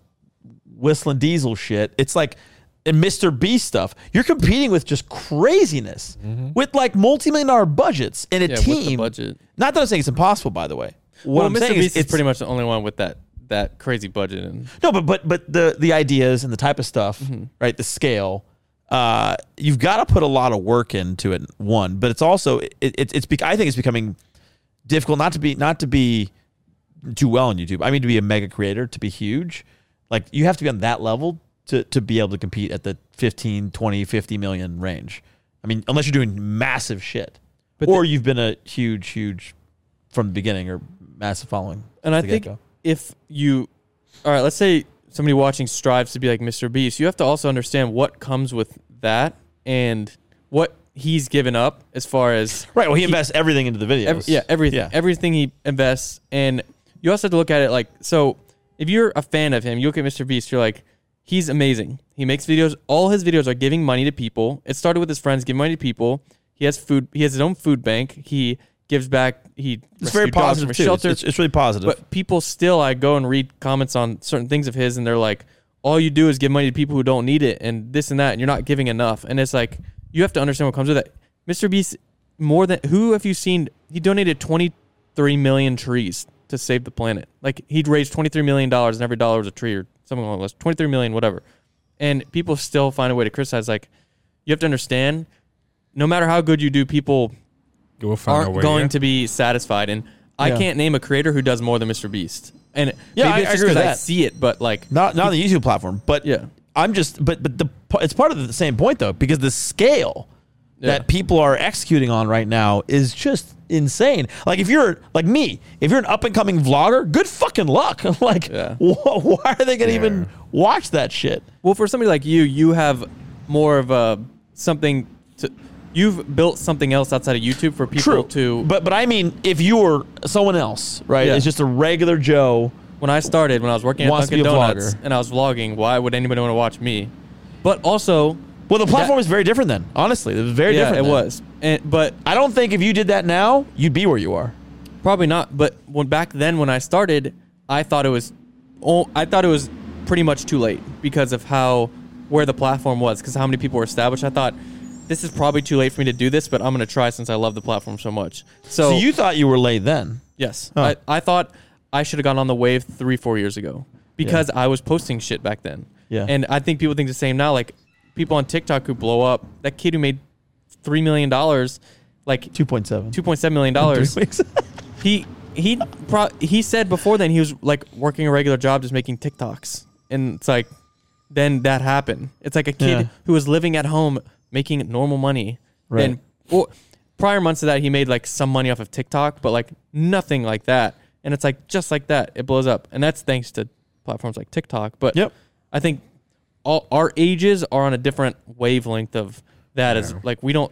whistling diesel shit. It's like and Mr. B stuff. You're competing with just craziness with like multi-million dollar budgets in a
Mm-hmm. Yeah,
team.
with the budget.
Not that I'm saying it's impossible, by the way. (laughs) What
well,
I'm
Mr.
saying
Beast
is,
is
it's
pretty much the only one with that that crazy budget and
no, but but but the the ideas and the type of stuff, right? The scale. Uh, you've got to put a lot of work into it. One, but it's also it, it, it's. bec- I think it's becoming difficult not to be not to be do well on YouTube. I mean, to be a mega creator, to be huge, like you have to be on that level to to be able to compete at the 15, 20, 50 million range. I mean, unless you're doing massive shit,
But
or you've been a huge, huge from the beginning or massive following.
And I
to
think
get-go.
if you, all right, let's say somebody watching strives to be like Mr. Beast, you have to also understand what comes with that and what he's given up as far as
Right. Well, he invests everything into the videos.
ev- yeah everything
Yeah.
everything he invests. And you also have to look at it like so. If you're a fan of him, you look at Mr. Beast, you're like, he's amazing. He makes videos. All his videos are giving money to people. It started with his friends giving money to people. He has food. He has his own food bank. He gives back. He
It's very
rescued dogs
positive
from
too. It's,
shelter.
it's, it's really positive.
But people still, I go and read comments on certain things of his, and they're like, "All you do is give money to people who don't need it, and this and that, and you're not giving enough." And it's like you have to understand what comes with it. Mr. Beast, more than who have you seen? He donated 23 million trees to save the planet. Like he'd raised 23 million dollars, and every dollar was a tree or something along those 23 million, whatever. And people still find a way to criticize. Like you have to understand, no matter how good you do, people
You will find a
aren't
way.
going
yeah.
to be satisfied. And I
Yeah.
can't name a creator who does more than Mr. Beast. And
Yeah, I-
maybe it's
I
just
agree with
'cause I
that.
see it, but like,
not not on the YouTube platform. But
Yeah.
I'm just but but the p- it's part of the same point though because the scale
Yeah.
that people are executing on right now is just insane. Like if you're like me, if you're an up and coming vlogger, good fucking luck. (laughs) like
Yeah.
wh- why are they gonna even watch that shit?
well, for somebody like you, you have more of a something to. You've built something else outside of YouTube for people to.
but but I mean, if you were someone else, right?
Yeah.
It's just a regular Joe.
when I started, when I was working at
Wants to
Dunkin'
be a
Donuts
vlogger.
and I was vlogging, why would anybody want to watch me? But also,
Well, the platform is
That-
very different then. Honestly, it was very
yeah,
different.
it
then.
was. And but
I don't think if you did that now, you'd be where you are.
Probably not. But when back then, when I started, I thought it was, oh, I thought it was pretty much too late because of how where the platform was, because how many people were established. I thought this is probably too late for me to do this, but I'm gonna try since I love the platform so much. So,
So you thought you were late then.
yes,
Huh.
I, I thought I should have gone on the wave three, four years ago because I was posting shit back then.
Yeah.
and I think people think the same now. Like people on TikTok who blow up, that kid who made three million dollars, like
Two point seven.
two point seven million (laughs) dollars.
weeks.
He he pro- he said before then he was like working a regular job just making TikToks. And it's like then that happened. It's like a kid
Yeah.
who was living at home making normal money.
Right.
And well, prior months to that he made like some money off of TikTok, but like nothing like that. And it's like just like that, it blows up. And that's thanks to platforms like TikTok. But
Yep.
I think all our ages are on a different wavelength of that is
Yeah.
like we don't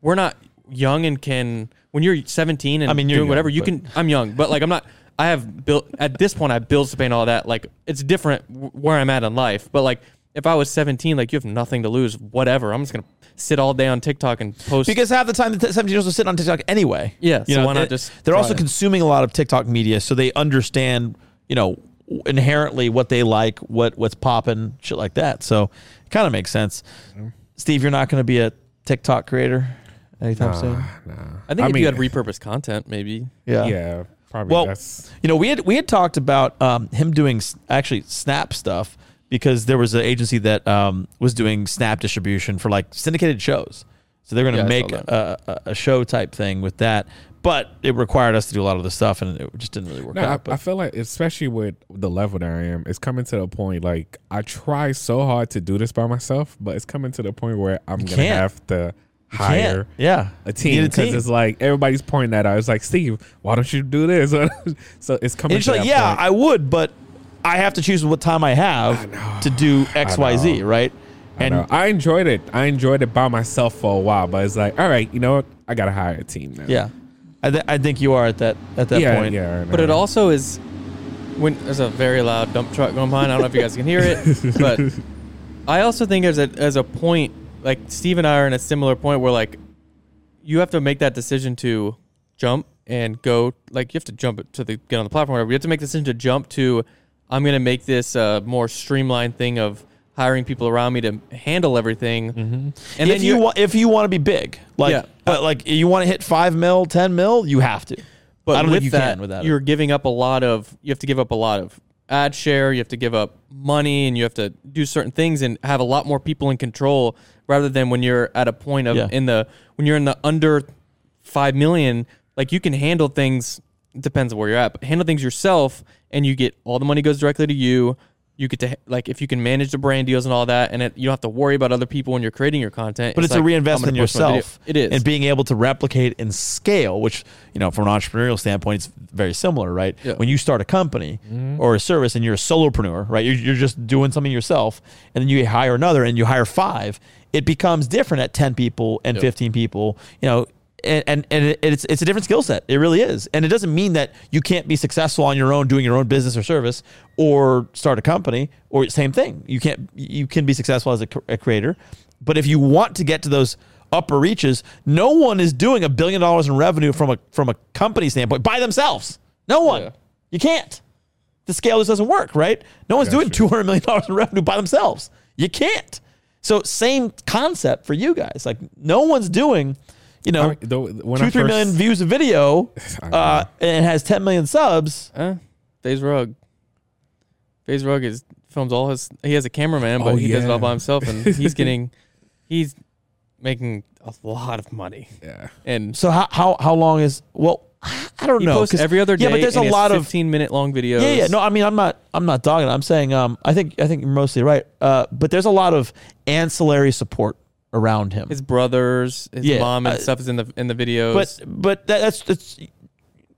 we're not young and can when you're 17 and
I mean, you're
doing whatever
young,
you
but-
can I'm young but like I'm not I have built at this point I build Spain all that like it's different w- where I'm at in life but like if I was 17 like you have nothing to lose whatever I'm just going to sit all day on TikTok and post
because half the time the 17 year olds are sitting on TikTok anyway.
Yeah, so why not
and
just
They're
try
also
it?
consuming a lot of TikTok media, so they understand, you know, inherently what they like, what what's popping, shit like that. So it kind of makes sense. Steve, you're not going to be a TikTok creator anytime soon.
Nah.
I think if you had repurposed content maybe
yeah. probably
Well,
that's
You know, we had we had talked about um, him doing s- actually Snap stuff because there was an agency that um, was doing Snap distribution for like syndicated shows. So they're going
Yeah,
to
I saw
make
that.
a, a, a show type thing with that, but it required us to do a lot of the stuff, and it just didn't really work
No,
out.
I, I
but
feel like, especially with the level that I am, it's coming to the point like I try so hard to do this by myself, but it's coming to the point where I'm gonna
can't.
have to
can't.
hire
yeah,
a
You
team
need a
because
team.
it's like everybody's pointing that out. It's like Steve, why don't you do this? (laughs) so it's coming.
And she's
to
like,
that
yeah,
point.
I would, but I have to choose what time I have to do X, Y, Z, right?
I
And
know. uh, I enjoyed it. I enjoyed it by myself for a while, but it's like, all right, you know what? I gotta hire a team now.
yeah, I, th- I think you are at that at that
yeah,
point.
yeah.
But it also is when there's a very
(laughs)
loud dump truck going behind. I don't know if you guys can hear it, but I also think as a as a point like Steve and I are in a similar point where like you have to make that decision to jump and go like you have to jump it to the get on the platform or whatever. You have to make the decision to jump to I'm gonna make this uh, more streamlined thing of hiring people around me to handle everything. And
And Mm-hmm. if you
you're-
want, if you want to be big, like,
Yeah.
but like you want to hit five mil, ten mil, you have to.
But
I don't
with
think you
that,
can without it.
you're giving up a lot of. You have to give up a lot of ad share. You have to give up money, and you have to do certain things and have a lot more people in control rather than when you're at a point of
Yeah.
in the when you're in the under five million. Like you can handle things. It depends on where you're at, but handle things yourself, and you get all the money goes directly to you. You get to ha- like if you can manage the brand deals and all that, and it, you don't have to worry about other people when you're creating your content.
But it's,
like,
a
I'm
reinvestment in
gonna post my video.
yourself.
It is.
And being able to replicate and scale, which, you know, from an entrepreneurial standpoint, it's very similar, right?
Yeah. Mm-hmm.
When you start a company or a service and you're a solopreneur, right? You're, you're just doing something yourself and then you hire another and you hire five, it becomes different at 10 people and 15 people, you know. And, and, and it- it's, it's a different skill set. It really is. And it doesn't mean that you can't be successful on your own doing your own business or service or start a company or same thing. You can't, you can be successful as a, cr- a creator. But if you want to get to those upper reaches, no one is doing a billion dollars in revenue from a from a company standpoint by themselves. No one.
Yeah.
You can't. The scale just doesn't work, right? No one's doing two hundred million dollars in revenue by themselves. You can't. So same concept for you guys. Like no one's doing, you know,
I mean, though, when
two
I
three
first-
million views of
(laughs)
video,
I know.
uh, and it has ten million subs.
Eh, Days Rug. Days Rug is films all his. He has a cameraman, but
Oh,
he does it all
yeah.
by himself,
(laughs)
and he's getting, he's making a lot of money.
yeah.
And
So how how how long is well? I don't
he
know.
posts
'cause-
every other day.
Yeah, but there's
and
a
he has
lot of
15 minute long videos.
Yeah, yeah. No, I mean, I'm not. I'm not dogging. it. I'm saying. Um, I think. I think you're mostly right. Uh, but there's a lot of ancillary support around him.
his brothers, his
Yeah,
mom, and
uh,
stuff is in the in the videos.
But but that, that's that's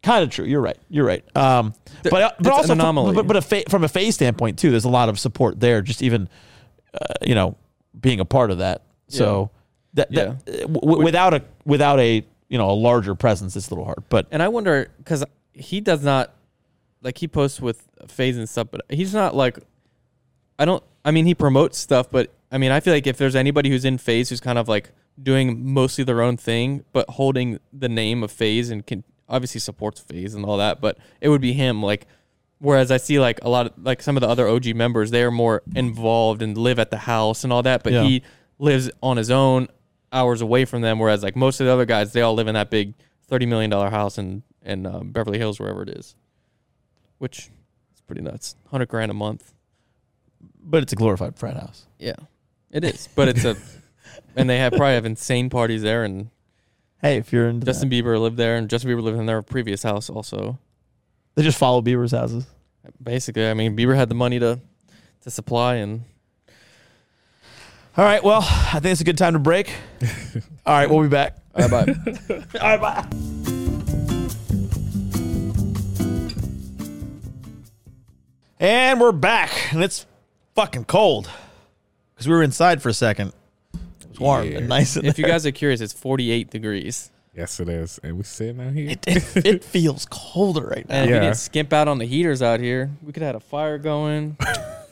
kind of true. You're right. You're right. Um,
Th-
but
it's
but
an
also from-
anomaly.
but, but a fa- from a phase standpoint too, there's a lot of support there. Just even, uh, you know, being a part of that. So that, that uh, w- without a without a you know a larger presence, it's a little hard. But
and I wonder because he does not, like he posts with phase and stuff, but he's not like, I don't. I mean, he promotes stuff, but I mean, I feel like if there's anybody who's in phase who's kind of like doing mostly their own thing, but holding the name of phase and can obviously supports phase and all that, but it would be him. Like, whereas I see like a lot of like some of the other OG members, they are more involved and live at the house and all that, but
Yeah.
he lives on his own hours away from them. Whereas like most of the other guys, they all live in that big thirty million dollar house in in um, Beverly Hills, wherever it is, which is pretty nuts. Hundred grand a month.
but it's a glorified frat house.
Yeah, it is, but it's a and they have probably have insane parties there. And
Hey, if you're in,
Justin Bieber lived there, and Justin Bieber lived in their previous house also.
they just follow Bieber's houses.
Basically, I mean, Bieber had the money to to supply and.
All right. Well, I think it's a good time to break. All right. We'll be back.
Bye bye.
(laughs) All right. Bye. And we're back, and it's fucking cold because we were inside for a second. It was warm
Yeah.
and nice.
(laughs)
And
if you guys are curious, it's 48 degrees.
Yes, it is. And we sitting out here.
it, it, it feels colder right now.
And if we
Yeah.
didn't skimp out on the heaters out here, we could have had a fire going.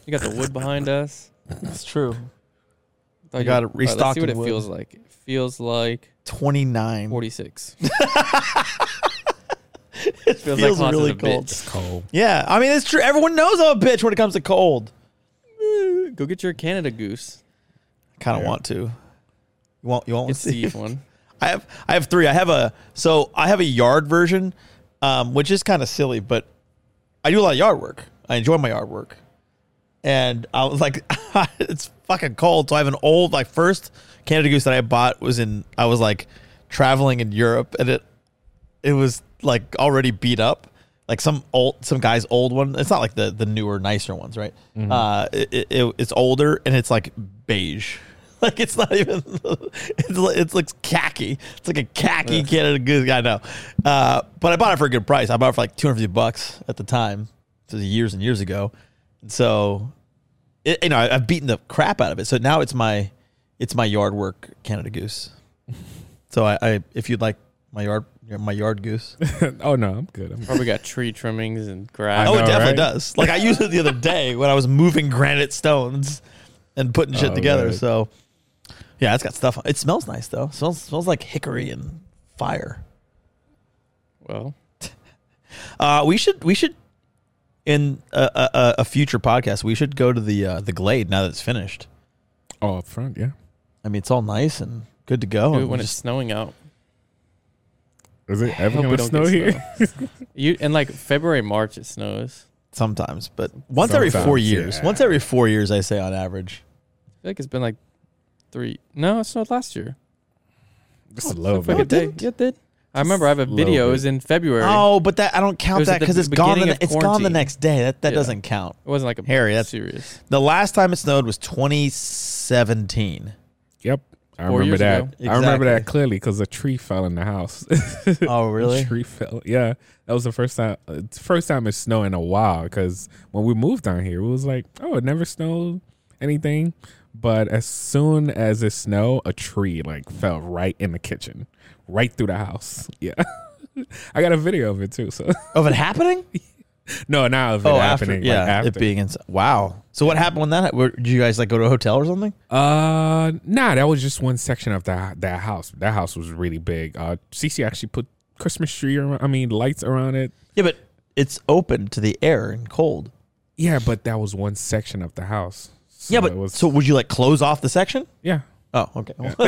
you got the wood behind us.
It's true.
I
gotta
Let's
restock
see what
the
it
wood.
feels like. It feels like
Twenty nine.
46.
It
feels
feels,
like hot as
really
a
cold.
bitch.
cold.
Yeah, I mean it's true. Everyone knows I'm a bitch when it comes to cold.
Go get your Canada goose.
Kind of want to. You won't. You won't
It's Steve one.
I have I have three. I have a so I have a yard version, um, which is kind of silly, but I do a lot of yard work. I enjoy my yard work, and I was like, (laughs) it's fucking cold. So I have an old like first Canada Goose that I bought was in I was like traveling in Europe, and it it was like already beat up. Like some old, some guy's old one. It's not like the the newer, nicer ones, right? Uh, it, it- it- it's older and it's like beige. (laughs) Like it's not even. (laughs) It's li- it looks khaki. It's like a khaki Canada Goose. I know, uh, but I bought it for a good price. I bought it for like two hundred fifty bucks at the time. This is years and years ago. So, it, you know, I, I've beaten the crap out of it. So now it's my, it's my yard work Canada Goose. So I, I if you'd like my yard my yard goose.
oh no, I'm good. I'm
Probably got tree trimmings and
I
grass.
Oh, it
know,
definitely
right?
does. Like I used it
(laughs)
the other day when I was moving granite stones and putting shit
Oh,
together.
right.
So Yeah, it's got stuff. It smells nice though. smells smells like hickory and fire.
Well,
Uh, we should we should in a, a, a- a future podcast we should go to the uh, the glade now that it's finished.
Oh, up front, yeah.
I mean, it's all nice and good to go.
do it
and
when
Oh, just-
it's snowing out.
Is it
I
ever
(laughs) hope
gonna
we don't
snow
get
here?
snow. you and like February, March, it snows.
sometimes, but once every four
Sometimes,
years.
yeah.
Once every four years, I say on average.
I feel like it's been like three. No, it snowed last year.
Just a little
It's like
bit.
a day.
didn't.
Yeah, it did. I remember I have a
Little
video. It
bit.
was in February.
Oh, but that I don't
It
count
was
that
at the
because it's gone. The,
beginning
ne-
of
it's gone the
quarantine.
next day. That that
Yeah.
doesn't count.
It wasn't like a
Harry, that's-
serious.
The last time it snowed was 2017.
Yep. I
Four
remember
years
that.
ago.
I remember
Exactly.
that clearly because a tree fell in the house.
(laughs)
(laughs)
Oh, really?
tree fell. Yeah, that was the first time. uh, it's the first time it snowed in a while. Because when we moved down here, it was like, oh, it never snowed anything. But as soon as it snowed, a tree like fell right in the kitchen, right through the house. (laughs) Yeah, I got a video of it too. So (laughs)
Of it happening? Oh,
no, not of it happening.
yeah,
like, after.
it being inside. Wow. So what happened when that? Were, did you guys like go to a hotel or something?
Uh, nah, that was just one section of that that house. That house was really big. Uh, CC actually put Christmas tree around. I mean, lights around it.
Yeah, but it's open to the air and cold.
Yeah, but that was one section of the house. So
yeah, but
it was,
so would you like close off the section?
yeah.
Oh, okay. (laughs)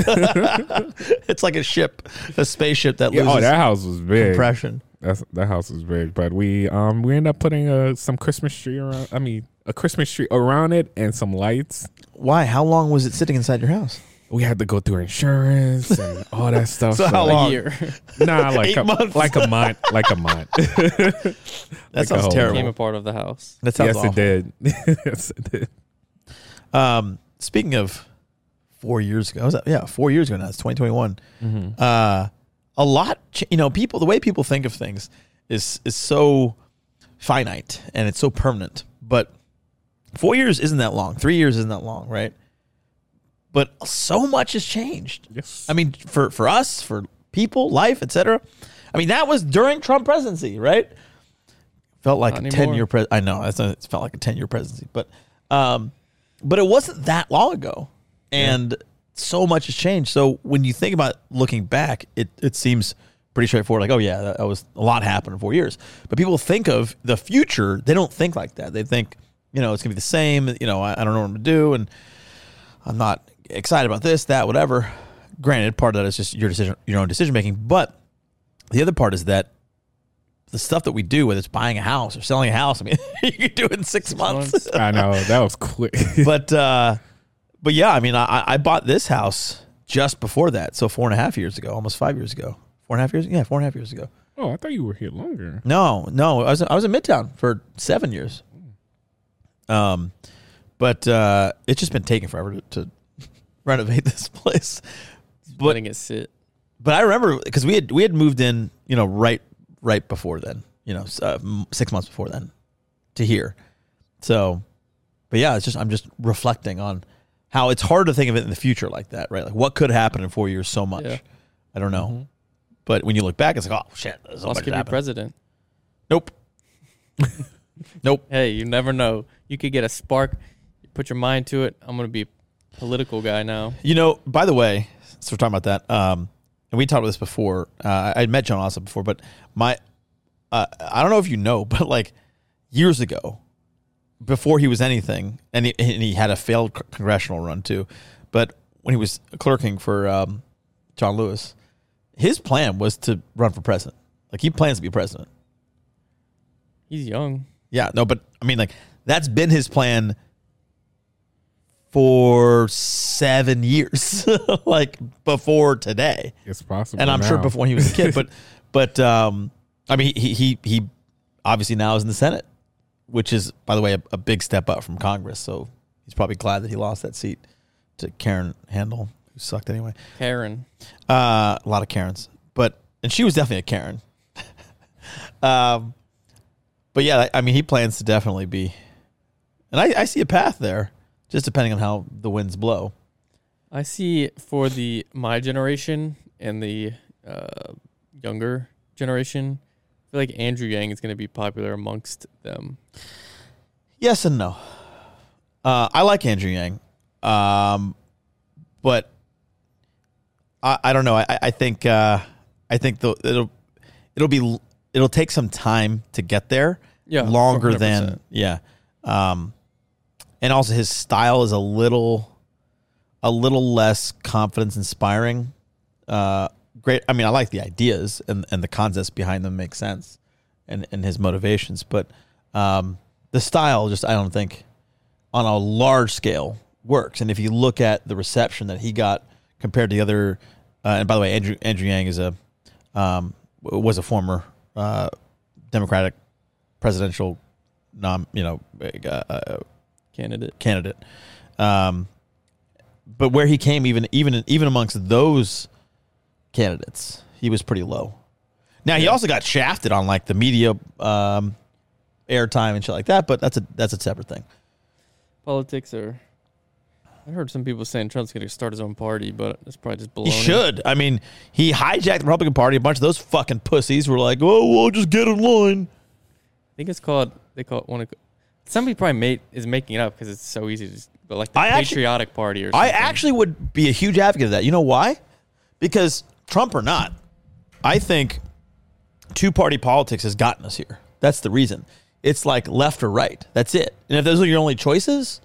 it's like a ship, a spaceship that
Yeah,
loses
oh, that house was big.
compression.
That's, that house was big, but we um we ended up putting uh, some Christmas tree around. I mean, a Christmas tree around it and some lights.
Why? How long was it sitting inside your house?
We had to go through insurance
(laughs)
and all that stuff.
So how long?
A year. (laughs)
Nah, like
Eight
a,
months.
like a month, like a month.
That
Like a
sounds
whole-
Became a
terrible.
part of the house.
That (laughs) sounds
yes,
awful.
it did. (laughs) yes, it did.
Um, speaking of four years ago, was that, yeah, four years ago now. It's 2021. Uh, a lot, ch- you know, people. The way people think of things is is so finite and it's so permanent. But four years isn't that long. Three years isn't that long, right? But so much has changed.
Yes.
I mean, for for us, for people, life, etc. I mean, that was during Trump presidency, right? Felt like
Not
a
anymore.
ten year. Pre- I know that's not, it felt like a ten year presidency, but um, but it wasn't that long ago, and so much has changed. So when you think about looking back, it it seems pretty straightforward. Like, oh yeah, that, that was a lot happened in four years. But people think of the future; they don't think like that. They think you know it's gonna be the same. You know, I, I don't know what I'm gonna do, and I'm not excited about this, that, whatever. Granted, part of that is just your decision, your own decision making. But the other part is that the stuff that we do, whether it's buying a house or selling a house, I mean, (laughs) you could do it in six, months.
months.
I know that was quick.
(laughs)
(laughs)
but uh, but yeah, I mean, I, I bought this house just before that, so four and a half years ago, almost five years ago, four and a half years, yeah, four and a half years ago.
oh, I thought you were here longer.
No, no, I was I was in Midtown for seven years. Um, but uh, it's just been taking forever to, to (laughs) renovate this (laughs) place. But
Letting it sit.
but I remember because we had we had moved in, you know, right right before then, you know, s- uh, m- six months before then, to here. So, but yeah, it's just I'm just reflecting on how it's hard to think of it in the future like that, right? Like what could happen in four years? So much,
Yeah.
I don't know. But when you look back, it's like, oh shit, so
Plus,
much
could be
happened.
president.
Nope. nope.
Hey, you never know. You could get a spark. You put your mind to it. I'm gonna be a political guy now.
You know, by the way, so we're talking about that. Um, and we talked about this before. Uh, I I'd met John Ossa before, but my, uh, I don't know if you know, (laughs) but like years ago, before he was anything, and he, and he had a failed c- congressional run too, but when he was clerking for um, John Lewis, his plan was to run for president. Like he plans to be president.
He's young.
Yeah, no, but I mean, like that's been his plan for seven years, (laughs) like before today,
It's possible.
and I'm sure
now.
before he was a kid. But, but um, I mean, he he he obviously now is in the Senate, which is, by the way, a, a big step up from Congress. So he's probably glad that he lost that seat to Karen Handel, who sucked anyway.
Karen.
Uh, a lot of Karens, but and she was definitely a Karen. (laughs) um, but yeah, I mean, he plans to definitely be, and I, I see a path there, just depending on how the winds blow.
I see for the my generation and the uh, younger generation. I feel like Andrew Yang is gonna be popular amongst them.
Yes and no. Uh, I like Andrew Yang, um, but I, I don't know. I, I think uh, I think the, it'll it'll be it'll take some time to get there.
Yeah,
longer
100%.
than yeah. Um, and also his style is a little a little less confidence inspiring. Uh, great. I mean, I like the ideas and and the concepts behind them make sense, and and his motivations, but um, the style just I don't think on a large scale works. And if you look at the reception that he got compared to the other, uh, and by the way, Andrew Andrew Yang is a um, w- was a former uh, Democratic presidential nom, you know, uh, uh,
candidate.
candidate. Um, but where he came, even even even amongst those candidates, he was pretty low. Now he also got shafted on like the media um, airtime and shit like that, but that's a that's a separate thing.
Politics are. I heard some people saying Trump's going to start his own party, but it's probably just baloney.
He should. I mean, he hijacked the Republican Party. A bunch of those fucking pussies were like, "Oh, well, just get in line."
I think it's called. They call it one of. Somebody probably made is making it up because it's so easy to. Just, but like the
I actually-
patriotic party or.
I
something.
actually would be a huge advocate of that. You know why? Because Trump or not, I think two-party politics has gotten us here. That's the reason. It's like left or right. That's it. And if those are your only choices,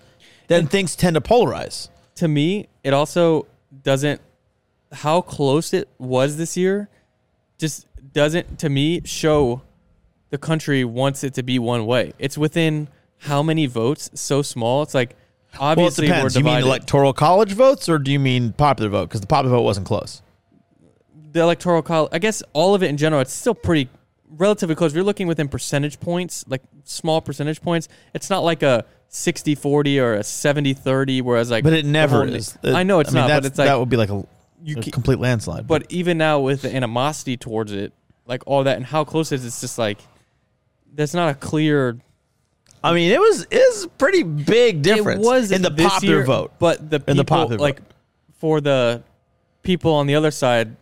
then things tend to polarize.
to me, it also doesn't how close it was this year just doesn't to me show the country wants it to be one way. It's within how many votes so small. It's like
Well, it
obviously we're
depends. You mean
divided.
electoral college votes, or do you mean popular vote? Because the popular vote wasn't close.
the electoral college. I guess all of it in general. It's still pretty relatively close. If you're looking within percentage points, like small percentage points. It's not like a 60-40 or a 70-30 whereas like
But it
the
never
whole-
is.
I know it's
mean,
not,
that's-
but it's like
that would be like a, a
ca-
complete landslide.
but even now with the animosity towards it, like all that and how close it is, it's just like there's not a clear
I mean, it was is pretty big difference.
It was
in the
this
popular
year,
vote.
but the people,
In the popular
like for the people on the other side.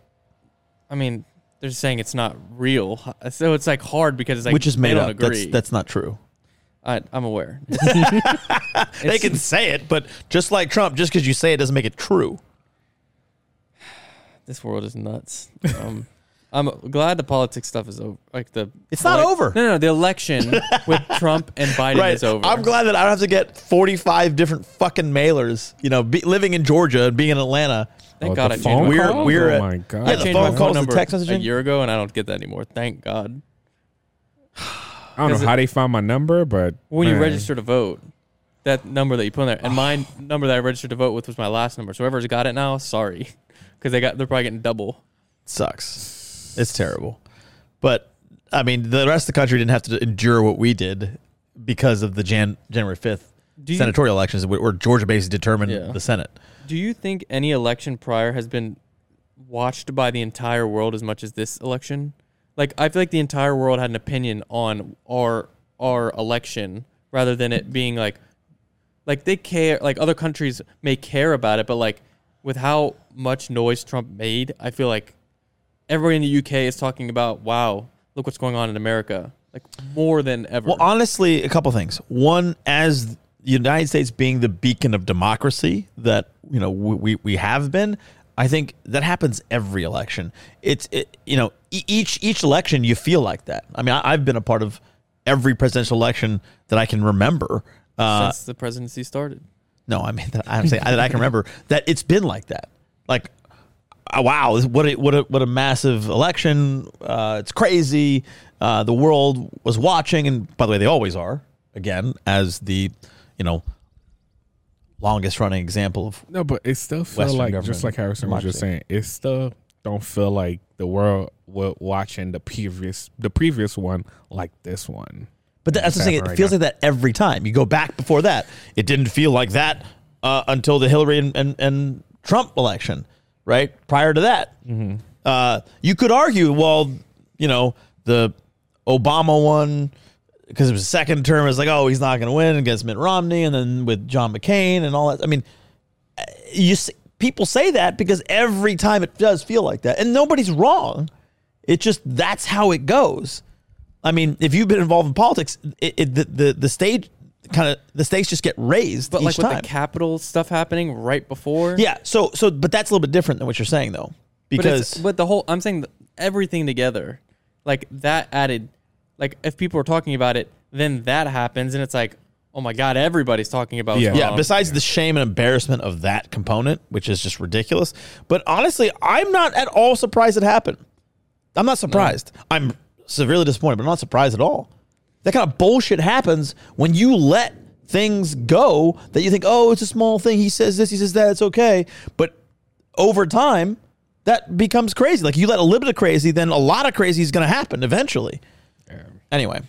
I mean, they're saying it's not real, so it's like hard because it's like
which is
they
made
don't
up. That's
Agree.
that's not true.
I, I'm aware. (laughs)
They can say it, but just like Trump, just because you say it doesn't make it true.
this world is nuts. Um, I'm glad the politics stuff is over. Like the
It's not over.
No, no, the
(laughs)
election with Trump and Biden is over.
I'm glad that I don't have to get 45 different fucking mailers. You know, be, living in Georgia and being in Atlanta.
Thank
Oh,
God
the
I changed
phone
my
We're
calls?
we're
Oh
at-
my God.
Yeah,
I
the
phone
changed my
calls
phone
and
number
text
a
messaging?
year ago, and I don't get that anymore. Thank God.
I don't
Is
know
it-
how they found my number, but
When you
man.
register to vote, that number that you put in there, and my number that I registered to vote with was my last number. So whoever's got it now, sorry, because they got they're probably getting double.
sucks. It's terrible. But I mean, the rest of the country didn't have to endure what we did because of the Jan January 5th
Do you-
senatorial elections, where where Georgia basically determined
Yeah.
the Senate.
Do you think any election prior has been watched by the entire world as much as this election? Like I feel like the entire world had an opinion on our our election rather than it being like like they care like other countries may care about it, but like with how much noise Trump made, I feel like everybody in the UK is talking about, wow, look what's going on in America. Like more than ever.
Well, honestly, a couple things. One, as the United States being the beacon of democracy that you know we, we, we have been, I think that happens every election. It's it, you know e- each each election you feel like that. I mean, I, I've been a part of every presidential election that I can remember. Uh,
since the presidency started.
no, I mean (laughs) that I'm saying that I can remember that it's been like that. Like, uh, wow, this- what a, what a, what a massive election! Uh, it's crazy. Uh, the world was watching, and by the way, they always are. Again, as the you know longest running example of
No, but it still feel
Western
like
government
just like Harrison was just saying, it still don't feel like the world were watching the previous the previous one like this one.
But that's the thing. It
Right
feels
now.
like that every time. You go back before that, it didn't feel like that uh, until the Hillary and, and, and Trump election, right? Prior to that, uh, you could argue, well, you know, the Obama one, because it was second term, it's like, oh, he's not going to win against Mitt Romney, and then with John McCain and all that. I mean, uh, you s- people say that because every time it does feel like that, and nobody's wrong. It just that's how it goes. I mean, if you've been involved in politics, it, it, the, the the stage kind of the stakes just get raised
But
each
like
time.
with the capital stuff happening right before.
yeah. So so, but that's a little bit different than what you're saying, though. because
but, it's, but the whole I'm saying th- everything together, like that added, like if people are talking about it, then that happens, and it's like, oh my god, everybody's talking about.
Yeah.
what's
yeah,
going on.
besides the shame and embarrassment of that component, which is just ridiculous. But honestly, I'm not at all surprised it happened. I'm not surprised. I'm severely disappointed, but I'm not surprised at all. That kind of bullshit happens when you let things go that you think, oh, it's a small thing. He says this, he says that, it's okay. But over time, that becomes crazy. Like you let a little bit of crazy, then a lot of crazy is going to happen eventually. Anyway,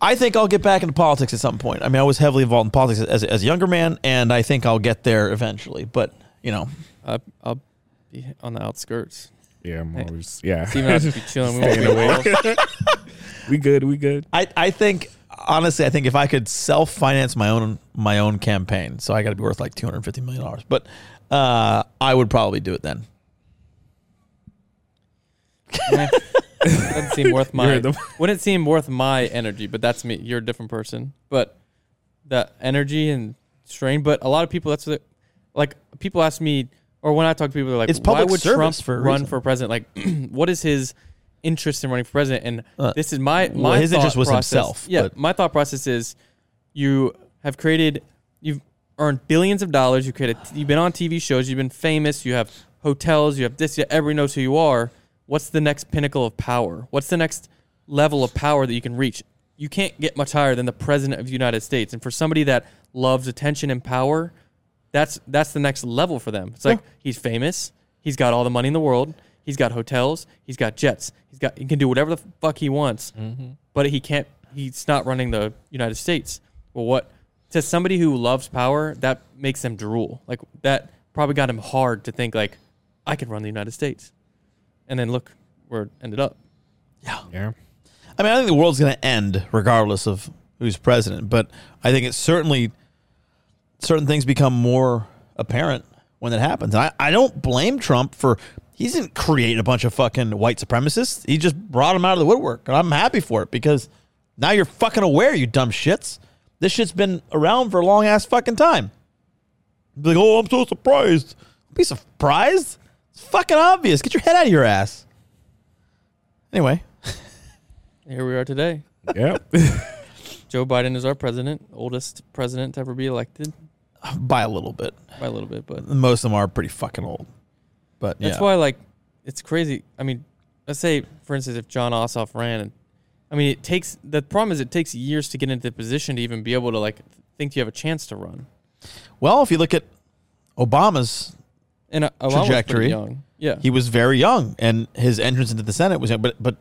I think I'll get back into politics at some point. I mean, I was heavily involved in politics as, as a younger man, and I think I'll get there eventually. But you know,
I, I'll be on the outskirts.
Yeah, I'm always yeah. (laughs)
Even I'll just be chilling. We won't be
Staying
involved.
away. we good. We good.
I, I think honestly, I think if I could self finance my own my own campaign, so I got to be worth like two hundred fifty million dollars. But uh, I would probably do it then.
Eh,
(laughs)
doesn't seem worth my
You're the-
(laughs) wouldn't seem worth my energy, but that's me. You're a different person, but the energy and strain. But a lot of people, that's what like people ask me, or when I talk to people, they're like,
It's
"Why
public
would
service
Trump
for a
run
reason."
for president? Like, (clears throat) what is his interest in running for president?" And
Uh,
this is my
well,
my
his
thought
interest was
process-
himself,
Yeah,
but-
my thought process is you have created you've earned billions of dollars you created you've been on tv shows you've been famous you have hotels you have this you- everybody knows who you are what's the next pinnacle of power what's the next level of power that you can reach you can't get much higher than the president of the united states and for somebody that loves attention and power that's that's the next level for them it's like he's famous he's got all the money in the world he's got hotels he's got jets he's got he can do whatever the fuck he wants but he can't he's not running the united states well what to somebody who loves power that makes them drool like that probably got him hard to think like i could run the united states and then look where it ended up
Yeah.
I mean, I think the world's going to end regardless of who's president, but I think it's certainly certain things become more apparent when that happens. And I, I don't blame Trump for he didn't create a bunch of fucking white supremacists. He just brought them out of the woodwork, and I'm happy for it because now you're fucking aware, you dumb shits. This shit's been around for a long ass fucking time. Be like, oh, I'm so surprised. Don't be surprised. It's fucking obvious. Get your head out of your ass. Anyway,
here we are today
Yeah.
(laughs)
joe biden is our president oldest president to ever be elected
by a little bit.
by a little bit but
most of them are pretty fucking old. But yeah.
That's why, like, it's crazy. I mean, let's say, for instance, if John Ossoff ran, and I mean, it takes the problem is it takes years to get into the position to even be able to like think you have a chance to run.
well, if you look at Obama's,
And uh, Obama was pretty
Trajectory.
young, yeah.
he was very young, and his entrance into the Senate was young. But but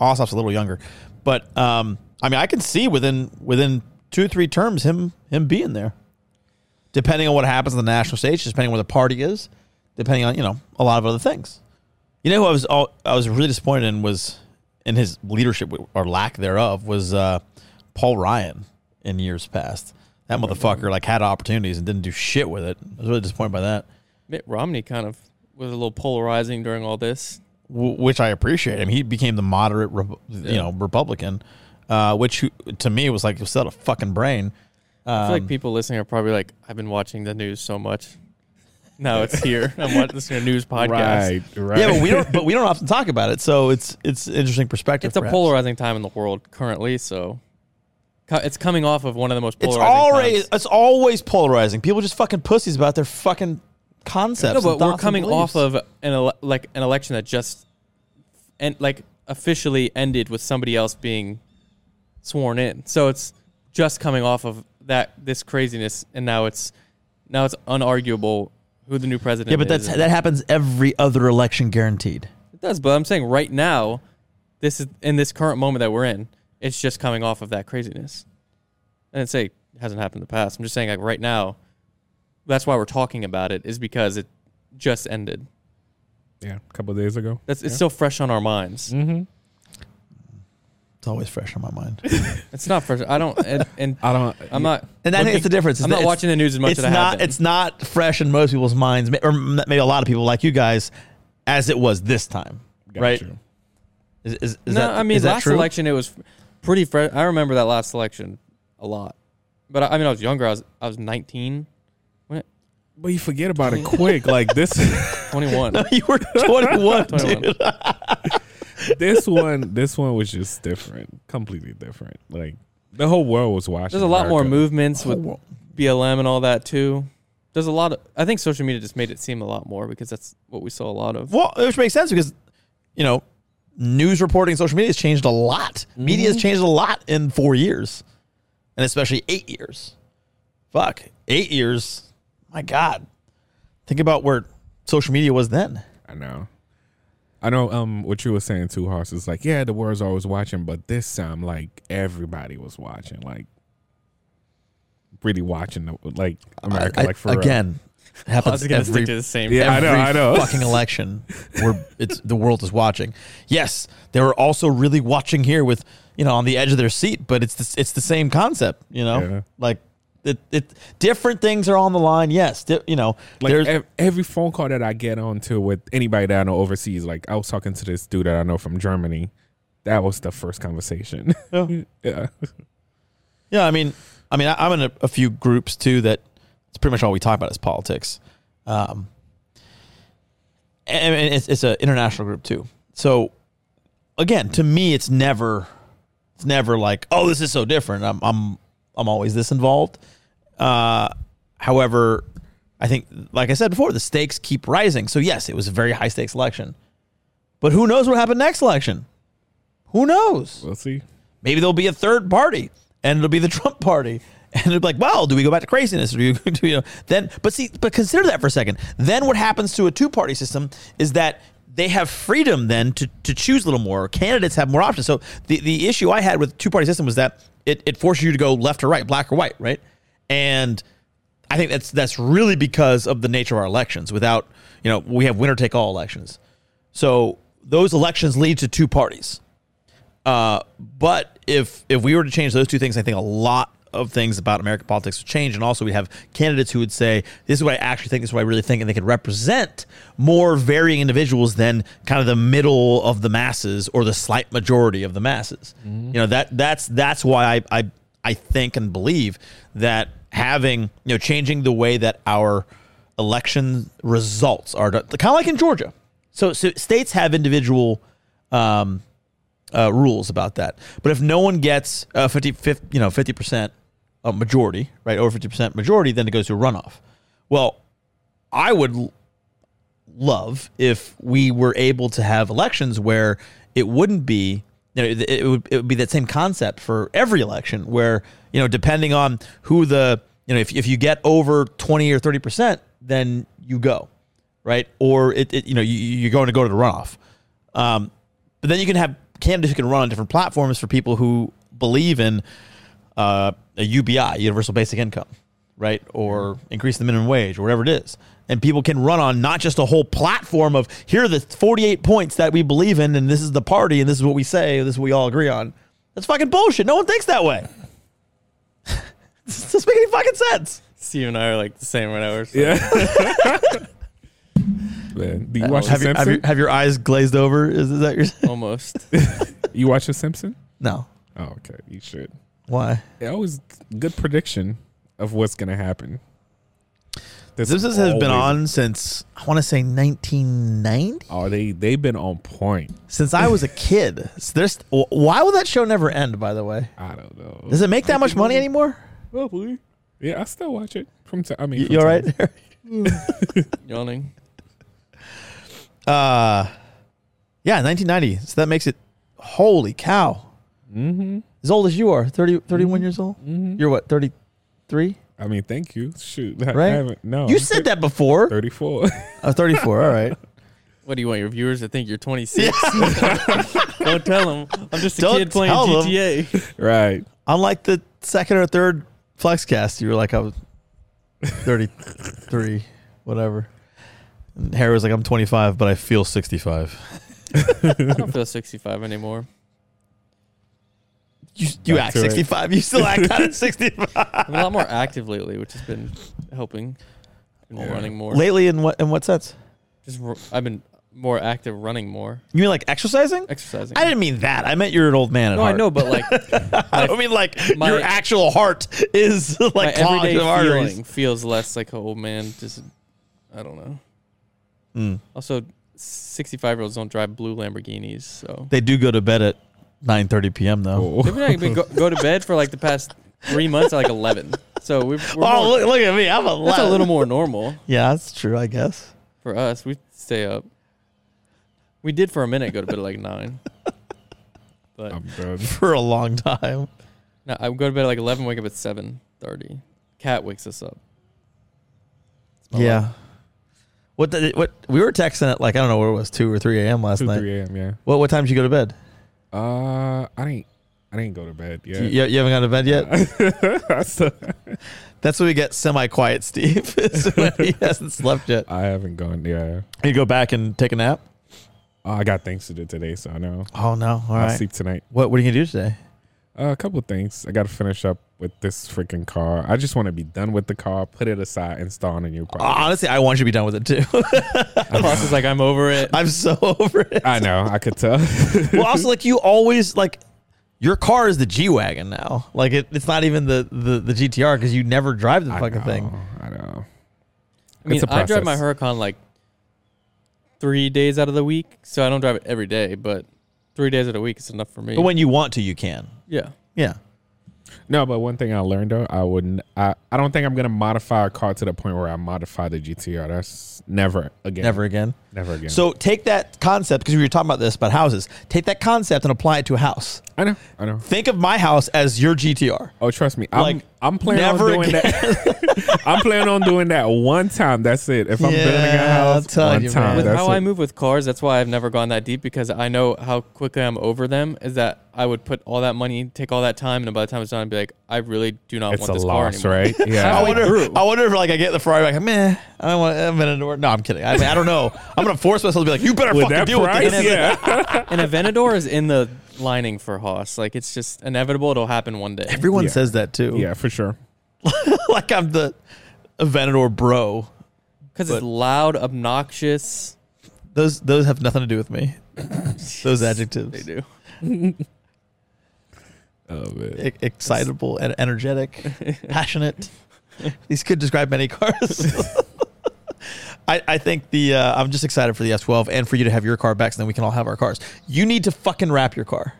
Ossoff's a little younger. But um, I mean, I can see within within two or three terms him him being there, depending on what happens on the national stage, depending on where the party is, depending on you know a lot of other things. You know who I was all, I was really disappointed in was in his leadership or lack thereof was uh, Paul Ryan in years past. That motherfucker like had opportunities and didn't do shit with it. I was really disappointed by that,
Mitt Romney kind of was a little polarizing during all this.
w- which I appreciate. I mean, he became the moderate, Re- you know, Republican, uh, which who- to me was like he was still a fucking brain.
I
Um,
feel like people listening are probably like, I've been watching the news so much.
(laughs)
Now it's here. I'm watching this news podcast.
right. Right.
Yeah, but we
(laughs)
don't. But we don't often talk about it, so it's it's an interesting perspective.
It's a
perhaps.
polarizing time in the world currently, so co- it's coming off of one of the most
It's
polarizing.
always
times.
it's always polarizing. People just fucking pussies about their fucking
No,
concepts.
but
and
we're
thoughts and
coming
beliefs.
off of an ele- like an election that just and like officially ended with somebody else being sworn in. So it's just coming off of that this craziness, and now it's now it's unarguable who the new president.
yeah, but
is
that's that happens every other election, guaranteed.
it does. But I'm saying right now, this is in this current moment that we're in. It's just coming off of that craziness. And say it hasn't happened in the past. I'm just saying like right now, that's why we're talking about it is because it just ended.
yeah. A couple days ago.
That's it's
Yeah.
still fresh on our minds.
Mm-hmm.
It's always fresh on my
(laughs)
mind,
It's not fresh. I don't and,
(laughs)
and
I don't.
I'm not.
Mm-hmm. and I think it's the difference. is
I'm
that
not
it's-
watching the news as much
It's
as I have.
not.
been.
It's not fresh in most people's minds, ma- or m- maybe a lot of people like you guys, as it was this time,
Got
right?
you.
Is, is, is
no,
that,
I mean
is that
last
true?
election it was pretty fresh. I remember that last election a lot, but I, I mean I was younger. I was I was 19. When it,
But you forget about it quick. Like this,
(laughs)
21.
(laughs) you
(laughs)
were 21,
21.
dude.
this one, this one was just different, completely different. Like the whole world was watching.
There's a lot more
America.
movements
Oh,
with BLM and all that too. There's a lot of. I think social media just made it seem a lot more because that's what we saw a lot
(laughs)
of.
Well, which makes sense because, you know, news reporting, social media has changed a lot. Media has changed a lot in four years, and especially eight years. Fuck, eight years. My God, think about where social media was then.
I know. I know. Um, what you were saying too, Hoss is like, yeah, the world's always watching, but this time, like everybody was watching, like really watching, the, like America,
I-
like for real.
again, it
I
happens
was gonna
every
stick to the same.
Yeah, I
every
know, I know.
fucking election where it's the world is watching. Yes, they were also really watching here with you know on the edge of their seat, but it's the, it's the same concept, you know,
Yeah.
like it, it different things are on the line. Yes, di- you know,
Like
there's
ev- every phone call that I get onto with anybody that I know overseas, like I was talking to this dude that I know from Germany. That was the first conversation.
Yeah.
(laughs) yeah.
yeah. I mean, I mean, I, I'm in a, a few groups too that it's pretty much all we talk about is politics. Um, and and it's it's an international group too. So again, to me, it's never it's never like oh this is so different. I'm I'm I'm always this involved. Uh, however, I think like I said before, the stakes keep rising. So yes, it was a very high stakes election, but who knows what happened next election? Who knows?
We'll see.
Maybe there'll be a third party, and it'll be the (laughs) Trump party. And it'll be like, well, do we go back to craziness? Or do you, (laughs) do you know, then? But see, but consider that for a second. Then what happens to a two-party system is that they have freedom then to, to choose a little more. Candidates have more options. So the, the issue I had with two-party system was that it, it forces you to go left or right, black or white, right? And I think that's that's really because of the nature of our elections. Without you know, we have winner take all elections. So those elections lead to two parties. Uh, but if if we were to change those two things, I think a lot of things about American politics would change, and also we have candidates who would say, "This is what I actually think. This is what I really think," and they could represent more varying individuals than kind of the middle of the masses or the slight majority of the masses. You know that that's that's why I, I I think and believe that having you know changing the way that our election results are kind of like in Georgia. So, so states have individual um, uh, rules about that. But if no one gets uh, 50, 50, you know, 50% uh, majority, right, over 50% majority, then it goes to a runoff. Well, I would l- love if we were able to have elections where it wouldn't be, you know, it, it would, it would be that same concept for every election where, you know, depending on who the, you know, if, if you get over 20 or 30%, then you go, right? Or it, it you know, you, you're going to go to the runoff. Um, but then you can have candidates who can run on different platforms for people who believe in uh, a UBI, universal basic income, right? Or increase the minimum wage, or whatever it is. And people can run on not just a whole platform of here are the 48 points that we believe in, and this is the party, and this is what we say, and this is what we all agree on. That's fucking bullshit. No one thinks that way. (laughs) this doesn't make any fucking sense.
Steve and I are like the same right now. We're just like-
Yeah. (laughs) Man, do you watch The
Have, your-
Simpsons?
have, your, have your eyes glazed over? Is, is that your. (laughs)
Almost.
you watch The Simpsons?
No.
Oh, okay. You should.
Why?
It was good prediction of what's gonna happen. This
Simpsons has been
always-
on since, I want to say 1990?
Oh, they they've been on point.
since I was a kid. So (laughs) there's wh- why will that show never end? By the way,
I don't know.
does it make that much money anymore?
Probably. Yeah, I still watch it from time. I mean,
You,
from
you all
time
right?
to-
Yawning.
(laughs) uh, yeah, 1990. So that makes it. Holy cow! Mm-hmm. Mm-hmm. As old as you are, 30, 31 years old. You're what, 33?
I mean, thank you. Shoot, I,
Right?
I haven't. No,
you said that before.
thirty-four. (laughs)
Uh, 34. all (laughs) right.
What do you want your viewers to think? You're 26. Don't tell them. I'm just a
Don't
kid playing
tell 'em.
GTA.
right.
(laughs) Unlike the second or third Flexcast, you were like I was 33, whatever. And Harry was like, I'm 25, but I feel 65.
I don't feel 65 anymore.
You, you
Back
act
to it.
65. You still act (laughs) out at 65.
I'm a lot more active lately, which has been helping. Been running more.
Lately, in what in what sense?
Just r- I've been more active, running more,
You mean like exercising?
exercising.
I didn't mean that. I meant you're an old man. At
No, I
heart.
know, but like
(laughs) I don't mean like
my-
your actual heart is (laughs)
my
like clogged
everyday
of arteries.
feeling feels less like an old man. Just I don't know.
Mm.
Also, sixty-five-year-olds don't drive blue
(laughs)
Lamborghinis, so
They do go to bed at 9:30 p.m. though.
Oh.
they've been, been go, go to bed for like the past three months at like eleven. So we've, we're
Oh,
more-
look, look at me. I'm a,
that's a
lot-
little more normal
Yeah, that's true. I guess.
for us. We stay up. We did for a minute go to bed
(laughs)
at like nine. But
I'm
(laughs)
done.
For a long time.
No, I go to bed at like eleven, wake up at seven thirty. Cat wakes
(laughs)
us up. It's my life.
Yeah. What did it, what we were texting at like I don't know where it was two or three a.m. last
2
night.
3 a.m. Yeah.
What what time did you go to bed?
Uh, I didn't. I didn't go to bed yet.
You, you haven't gone to bed
(laughs)
yet.
(laughs)
I still-
That's when we get semi quiet, Steve. (laughs) is when he hasn't slept yet.
I haven't gone. Yeah.
You go back and take a nap.
Uh, I got things to do today, so I know.
Oh no! All
I'll
right.
sleep tonight.
What what are you gonna do today?
Uh, a couple things. I got to finish up with this freaking car. I just want to be done with the car, put it aside, install on a new car.
Honestly, I want you to be done with it too. (laughs)
Ross is like, I'm over it.
I'm so over it.
I know. I could
(laughs)
tell.
well, also like you always like your car is the G wagon now. Like it, it's not even the the, the GTR because you never drive the
I
fucking
know,
thing.
I know.
I mean,
It's a
I drive my
process.
Huracan like three days out of the week, so I don't drive it every day, but three days out of the week is enough for me.
But when you want to, you can.
yeah,
Yeah.
No, but one thing I learned though, I wouldn't. I, I don't think I'm gonna modify a car to the point where I modify the GTR. That's never again.
Never again.
Never again.
So take that concept because we were talking about this about houses. Take that concept and apply it to a house.
I know. I know.
Think of my house as your GTR.
Oh, trust me. I'm
Like,
I'm planning on
never
doing
again. (laughs)
that. (laughs) I'm planning on doing that one time. That's it. If I'm
Yeah,
building a
I'm
house,
telling
one
you, man.
time.
with
Ah, That's
how
it.
I move with cars, that's why I've never gone that deep because I know how quickly I'm over them. Is that I would put all that money, take all that time, and by the time it's done, I'd be like, I really do not
it's
want
a
this car
loss,
anymore.
right?
(laughs) I
Yeah.
wonder.
Drew.
I wonder if like I get in the Ferrari, like meh. I don't want. I'm gonna. No, I'm kidding. I mean, I don't know. I'm gonna force myself to be like, you better
With
fucking
that
deal with
price,
this. (laughs)
yeah.
And a Venador is in the lining for Haas. Like it's just inevitable. It'll happen one day.
Everyone
Yeah.
says that too.
yeah, for sure.
(laughs) like I'm the Aventador bro.
Because it's loud, obnoxious.
Those those have nothing to do with me. Those
They
adjectives.
do.
Oh man.
E- excitable and
(laughs)
energetic, passionate. These could describe many cars. (laughs) I, I think the uh, I'm just excited for the S12 and for you to have your car back, so then we can all have our cars. You need to fucking wrap your car,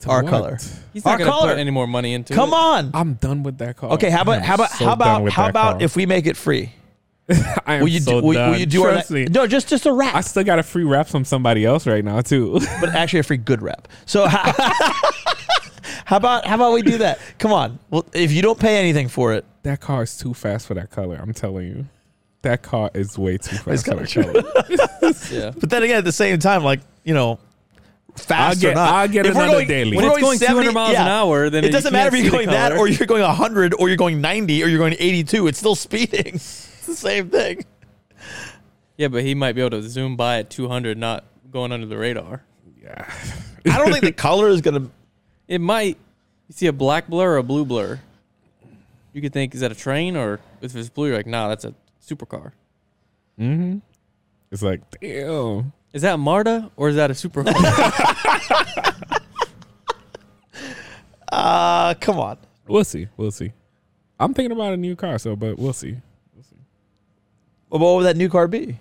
To
our
what?
color,
He's
our
not gonna
color.
put any more money into
Come
it.
on.
I'm done with that car.
Okay, how
I
about
am
how about
so
how
done
about
with
how
that
about
car.
if we make it free?
I am
Will you
so
do? Will, will
done.
you do
Trust
our,
me.
no? Just just a wrap.
I still got a free wrap from somebody else right now
(laughs)
too.
but actually a free good rep. So (laughs) how, how about how about we do that? Come on. Well, if you don't pay anything for it,
that car is too fast for that color. I'm telling you, that car is way too fast for
kinda
that
true.
color.
Yeah.
but then again at the same time, like you know, fast
I'll get-
or not,
I'll get
if we're
another
going-
daily.
we're
When
it's going 200 miles an hour, then
it
you
doesn't
can't
matter if
see
you're
the
going that
color.
or you're going 100 or you're going 90 or you're going 82. It's still speeding. (laughs) It's the same thing.
Yeah, but he might be able to zoom by at 200, not going under the radar.
(laughs) Yeah.
I don't think the color is gonna.
It might. You see a black blur or a blue blur. You could think, is that a train? Or if it's blue, you're like, nah, that's a supercar.
Mm-hmm. It's like damn.
Is that Marta or is that a
(laughs)
supercar?
Uh, come on.
We'll see. We'll see. I'm thinking about a new car, so but we'll see.
Well, what would that new car be?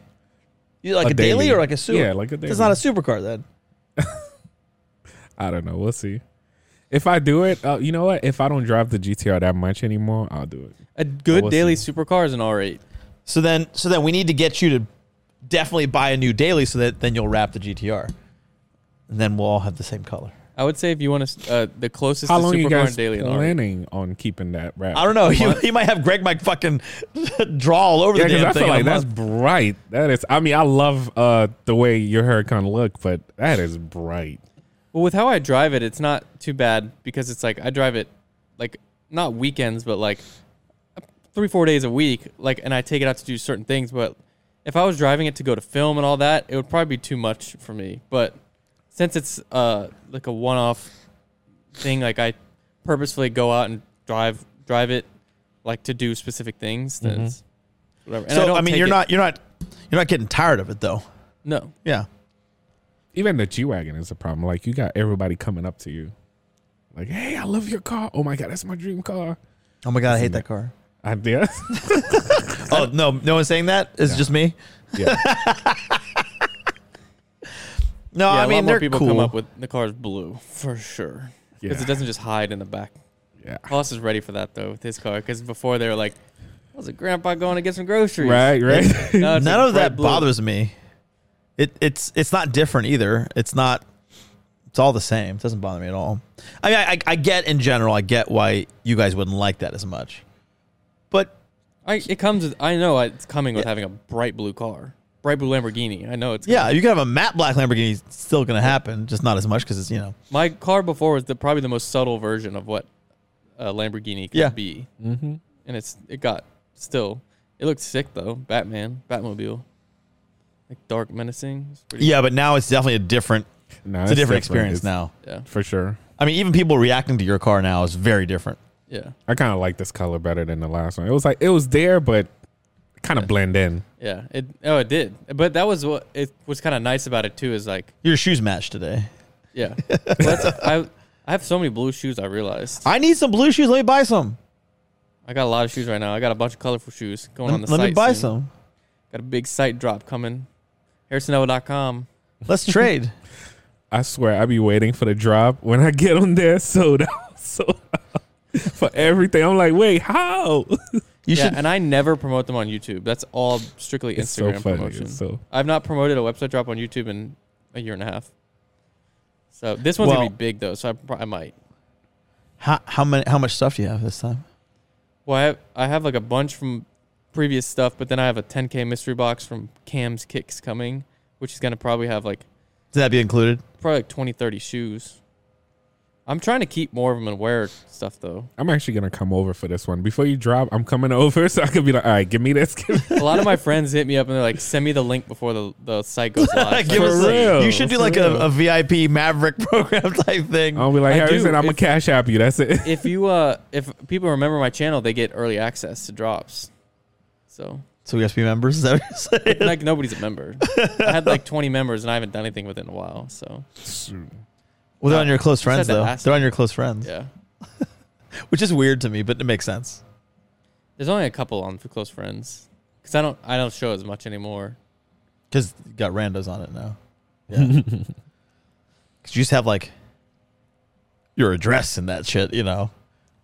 You like a,
A
daily.
daily.
or like a super?
Yeah, like a
It's
daily.
not a supercar then.
I don't know. We'll see. If I do it, uh, you know what? If I don't drive the GTR that much anymore, I'll do it.
a good
We'll
daily supercar is an R8.
So then, so then we need to get you to definitely buy a new daily, so that then you'll wrap the GTR, and then we'll all have the same color.
I would say if you want to, uh, the closest
How
to
long you
supercar and
guys
daily an R8.
planning on keeping that wrap?
I don't know. (laughs) You, you might have Greg Mike fucking (laughs) draw all over
Yeah,
the
because
damn
I
thing.
feel
in a
like that's (laughs)
month.
bright. That is. I mean, I love uh, the way your haircut look, but that is bright.
Well, with how I drive it, it's not too bad because it's like I drive it like not weekends, but like three, four days a week. Like, and I take it out to do certain things. But if I was driving it to go to film and all that, it would probably be too much for me. But since it's uh, like a one off thing, like I purposefully go out and drive drive it like to do specific things, then it's whatever. And
Mm-hmm. so I,
don't
mean,
take
you're
it-
not you're not you're not getting tired of it though.
No.
Yeah.
Even the G wagon is a problem. Like you got everybody coming up to you, like, "Hey, I love your car. Oh my god, that's my dream car."
Oh my god, I hate that car.
I, (laughs) yeah,
Oh no, no one's saying that. It's just me.
yeah.
(laughs) No,
yeah,
I
a
mean
lot more
they're
people
cool.
come up with the car's blue for sure because
Yeah.
it doesn't just hide in the back.
yeah.
Haas is ready for that though with his car because before they were like, "Was it Grandpa going to get some groceries?"
Right, (laughs) right.
Now
None
it's like
of
bright
that
blue.
bothers me. It it's it's not different either. It's not. It's all the same. It doesn't bother me at all. I mean, I, I, I get in general. I get why you guys wouldn't like that as much. But
I, it comes. With, I know it's coming with having a bright blue car, bright blue Lamborghini. I know it's.
yeah, you could have a matte black Lamborghini. It's still gonna happen, just not as much because it's you know.
my car before was the probably the most subtle version of what a Lamborghini could
Yeah.
be,
mm-hmm.
and it's it got still. It looked sick though. Batman, Batmobile, like dark, menacing. It's pretty-
Yeah, but now it's definitely a different.
No,
It's a different experience
It's-
now.
yeah,
for sure.
I mean, even people reacting to your car now is very different.
yeah,
I kind of like this color better than the last one. It was like it was there, but kind of blend in.
yeah. It oh it did, but that was what it was kind of nice about it too. Is like
Your shoes match today. (laughs)
yeah, Well, that's, I I have so many blue shoes. I realized
I need some blue shoes. Let me buy some.
I got a lot of shoes right now. I got a bunch of colorful shoes going
Let,
on the
let
site.
me buy
soon.
some.
Got a big site drop coming. HarrisonEll.com.
Let's
(laughs)
trade.
I swear, I be waiting for the drop when I get on there. (laughs) So so (laughs) for everything, I'm like, wait, how? (laughs)
You
yeah,
should.
and I never promote them on YouTube. That's all strictly
It's so
Instagram
funny.
promotion.
It's so
I've not promoted a website drop on YouTube in a year and a half. So this one's gonna
Well-
be big though, so I, pro- I might.
How, how many? How much stuff do you have this time?
Well, I have, I have like a bunch from previous stuff, but then I have a 10k mystery box from Cam's Kicks coming, which is gonna probably have like
Did that be included?
probably like 20, 30 shoes. I'm trying to keep more of them and wear stuff though.
I'm actually gonna come over for this one before you drop. I'm coming over (laughs) so I could be like, all right, give me this. (laughs) Give me
A
(laughs)
lot of my friends hit me up and they're like, "Send me the link before the the site goes live."
Give
For
us a-
real,
you should do
for
like a,
real.
a VIP Maverick (laughs) program type thing.
I'll be like,
I do.
Harrison, I'm gonna
If-
cash app you. That's it. (laughs)
if you uh if people remember my channel, they get early access to drops.
(laughs)
So
So we have to be members. Is that what you're saying?
like nobody's a member. I had like 20 members and I haven't done anything within a while. So
Well, they're
Uh,
on your close friends
said that
though.
last
They're on your close friends,
yeah,
which is weird to me, but it makes sense.
there's only a couple on for close friends because I don't I don't show as much anymore.
Because you got randos on it now. Yeah.
(laughs)
Because you just have like your address and that shit, you know.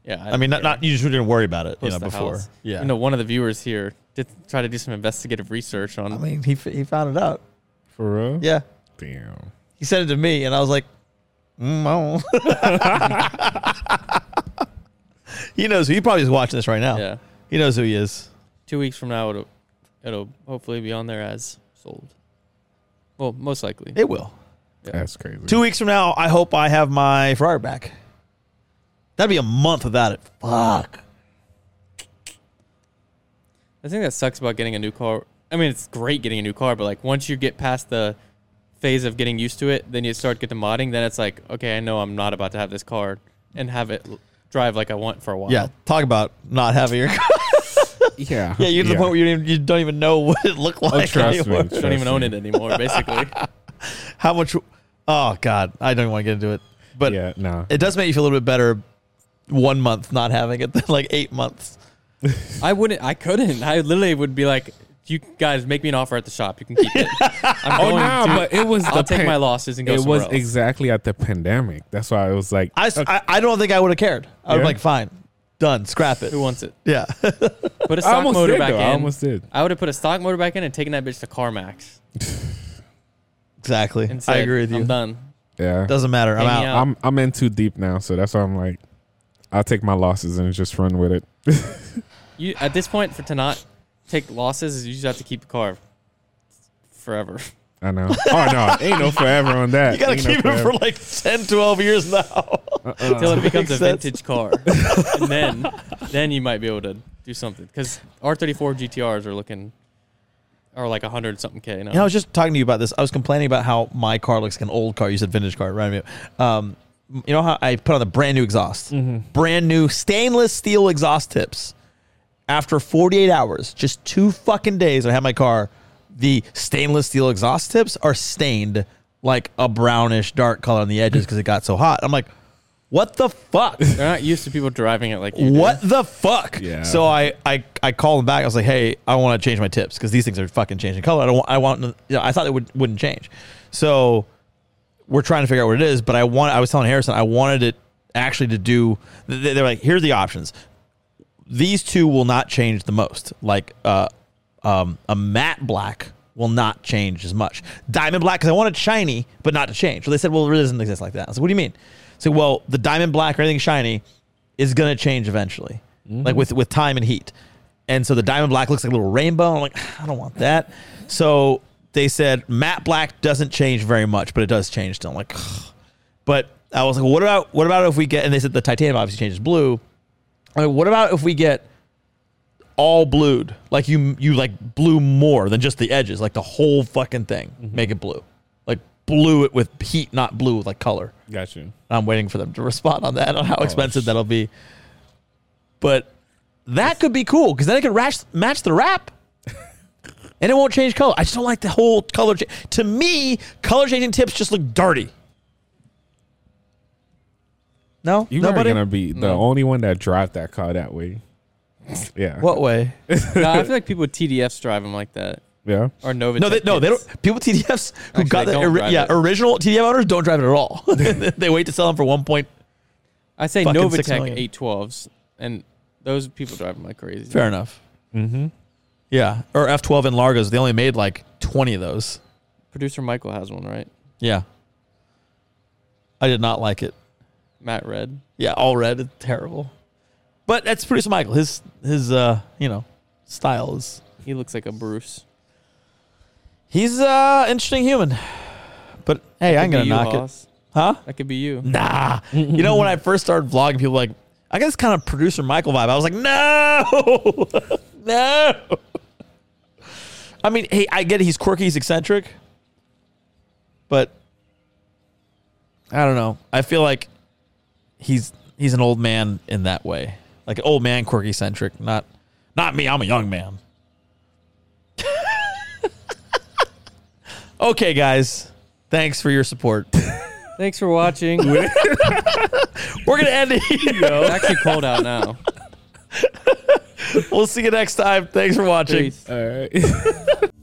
Yeah,
I mean, not,
yeah,
not you just didn't worry about it, you
close
know,
to the
before.
house.
Yeah.
you know, one of the viewers here did try to do some investigative research on.
I mean, he, f- he found it out.
For real?
Yeah.
Damn.
He sent it to me, and I was like, mm, I don't know." (laughs) he knows who. He probably is watching this right now.
yeah,
He knows who he is.
two weeks from now it'll it'll hopefully be on there as sold. Well, most likely.
It will.
That's crazy.
Two weeks from now, I hope I have my fryer back. That'd be a month without it. Fuck.
I think that sucks about getting a new car. I mean, it's great getting a new car, but like once you get past the phase of getting used to it, then you start get to modding. Then it's like, okay, I know I'm not about to have this car and have it l- drive like I want for a while.
Yeah. Talk about not having your (laughs) car.
Yeah. Oh,
yeah, you're to the point where you, don't even- you don't even know what it looked like.
trust me.
anymore.
I don't even own it anymore.
(laughs)
Basically,
(laughs) How much? Oh God, I don't even want to get into it. But
yeah, no.
it does make you feel a little bit better. One month not having it than like eight months.
I wouldn't. I couldn't. I literally would be like, you guys make me an offer at the shop. You can
(laughs)
keep it. I'm
Oh
going
no,
to-
but it was.
I'll
the
take
pan-
my losses and go
It
somewhere
was
else.
exactly at the pandemic. That's why I was like,
I, s- I, I don't think I would have cared. I would
Yeah.
have like, fine, done, scrap it.
Who wants it?
Yeah. (laughs)
Put a
I
stock
almost
motor
did.
back
though.
in.
I almost did.
I would have put a stock motor back in and taken that bitch to CarMax.
exactly.
And said,
I agree with you.
I'm done.
Yeah.
Doesn't matter. I'm
Hang
out.
me out.
I'm I'm in too deep now, so that's why I'm like, I'll take my losses and just run with it.
You at this point for to not take losses is you just have to keep the car
(laughs)
forever.
I know. Oh no, ain't no forever on that.
You got
Ain't
to
no
keep it
forever.
for like (laughs) 10, 12 years now.
Until it becomes a
makes sense. (laughs)
vintage car. and then then you might be able to do something. Because R thirty four GTRs are looking are like hundred something K now.
You know, I was just talking to you about this. I was complaining about how my car looks like an old car. You said vintage car, right? Um, you know how I put on the brand new exhaust, brand new stainless steel exhaust tips. After 48 hours, just two fucking days, I had my car. the stainless steel exhaust tips are stained like a brownish dark color on the edges because it got so hot. I'm like, what the fuck?
They're not used to people driving it like you do.
what the fuck?
Yeah.
So I, I I called him back. I was like, hey, I want to change my tips because these things are fucking changing color. I don't. want- I want. You know, I thought it would wouldn't change. So we're trying to figure out what it is. But I want. I was telling Harrison I wanted it actually to do. they- They're like, here's the options. These two will not change the most. Like uh, um, a matte black will not change as much. Diamond black because I wanted shiny but not to change. So they said, well, it really doesn't exist like that. I was like, what do you mean? So well, the diamond black or anything shiny is gonna change eventually, like with with time and heat. And so the diamond black looks like a little rainbow. I'm like, "Ah, I don't want that. So they said matte black doesn't change very much, but it does change still. I'm like, but I was like, well, what about what about if we get? And they said the titanium obviously changes blue. I mean, what about if we get all blued? Like you you like blue more than just the edges, like the whole fucking thing. Make it blue, like blue it with heat, not blue with like color.
Got you.
I'm waiting for them to (laughs) respond on that, on how
Oh,
expensive that'll be. But that could be cool because then it could rash, match the
(laughs)
wrap. and it won't change color. I just don't like the whole color. Cha- to me, color changing tips just look dirty. No,
You are
nobody.
gonna be the
No.
only one that dropped that car that way. Yeah.
What
(laughs)
way?
no, I feel like people with TDFs drive them like that
Yeah.
or Nova.
No, they, no, they don't. People with TDFs who
Actually,
got
they
the
don't
ori-
drive
yeah
it.
original TDF owners don't drive it at
(laughs)
all. (laughs) they wait to sell them for one point.
I say
Fucking six
Novatech
million.
eight twelves, and those people drive them like crazy.
Fair enough.
Mm-hmm.
Yeah, or F12 and Largos. They only made like twenty of those.
Producer Michael has one, right?
Yeah. I did not like it.
Matt Red.
Yeah, all red, it's terrible. But that's producer Michael. His his uh, you know, style is
He looks like a Bruce.
he's uh interesting human. But hey, I'm
Could
gonna
be you,
knock it.
Hoss.
Huh?
That could
(laughs)
be you.
Nah. you know when I first started vlogging, people were like, I got this kind of producer Michael vibe. I was like, no, (laughs) no. I mean, hey, I get it. He's quirky, he's eccentric, but I don't know. I feel like he's he's an old man in that way, like an old man quirky centric. Not not me. I'm a young man. (laughs) okay, guys. Thanks for your support.
Thanks for watching. it's
We're gonna end it here.
actually cold out now.
We'll see you next time. Thanks for watching.
Peace.
All right. (laughs)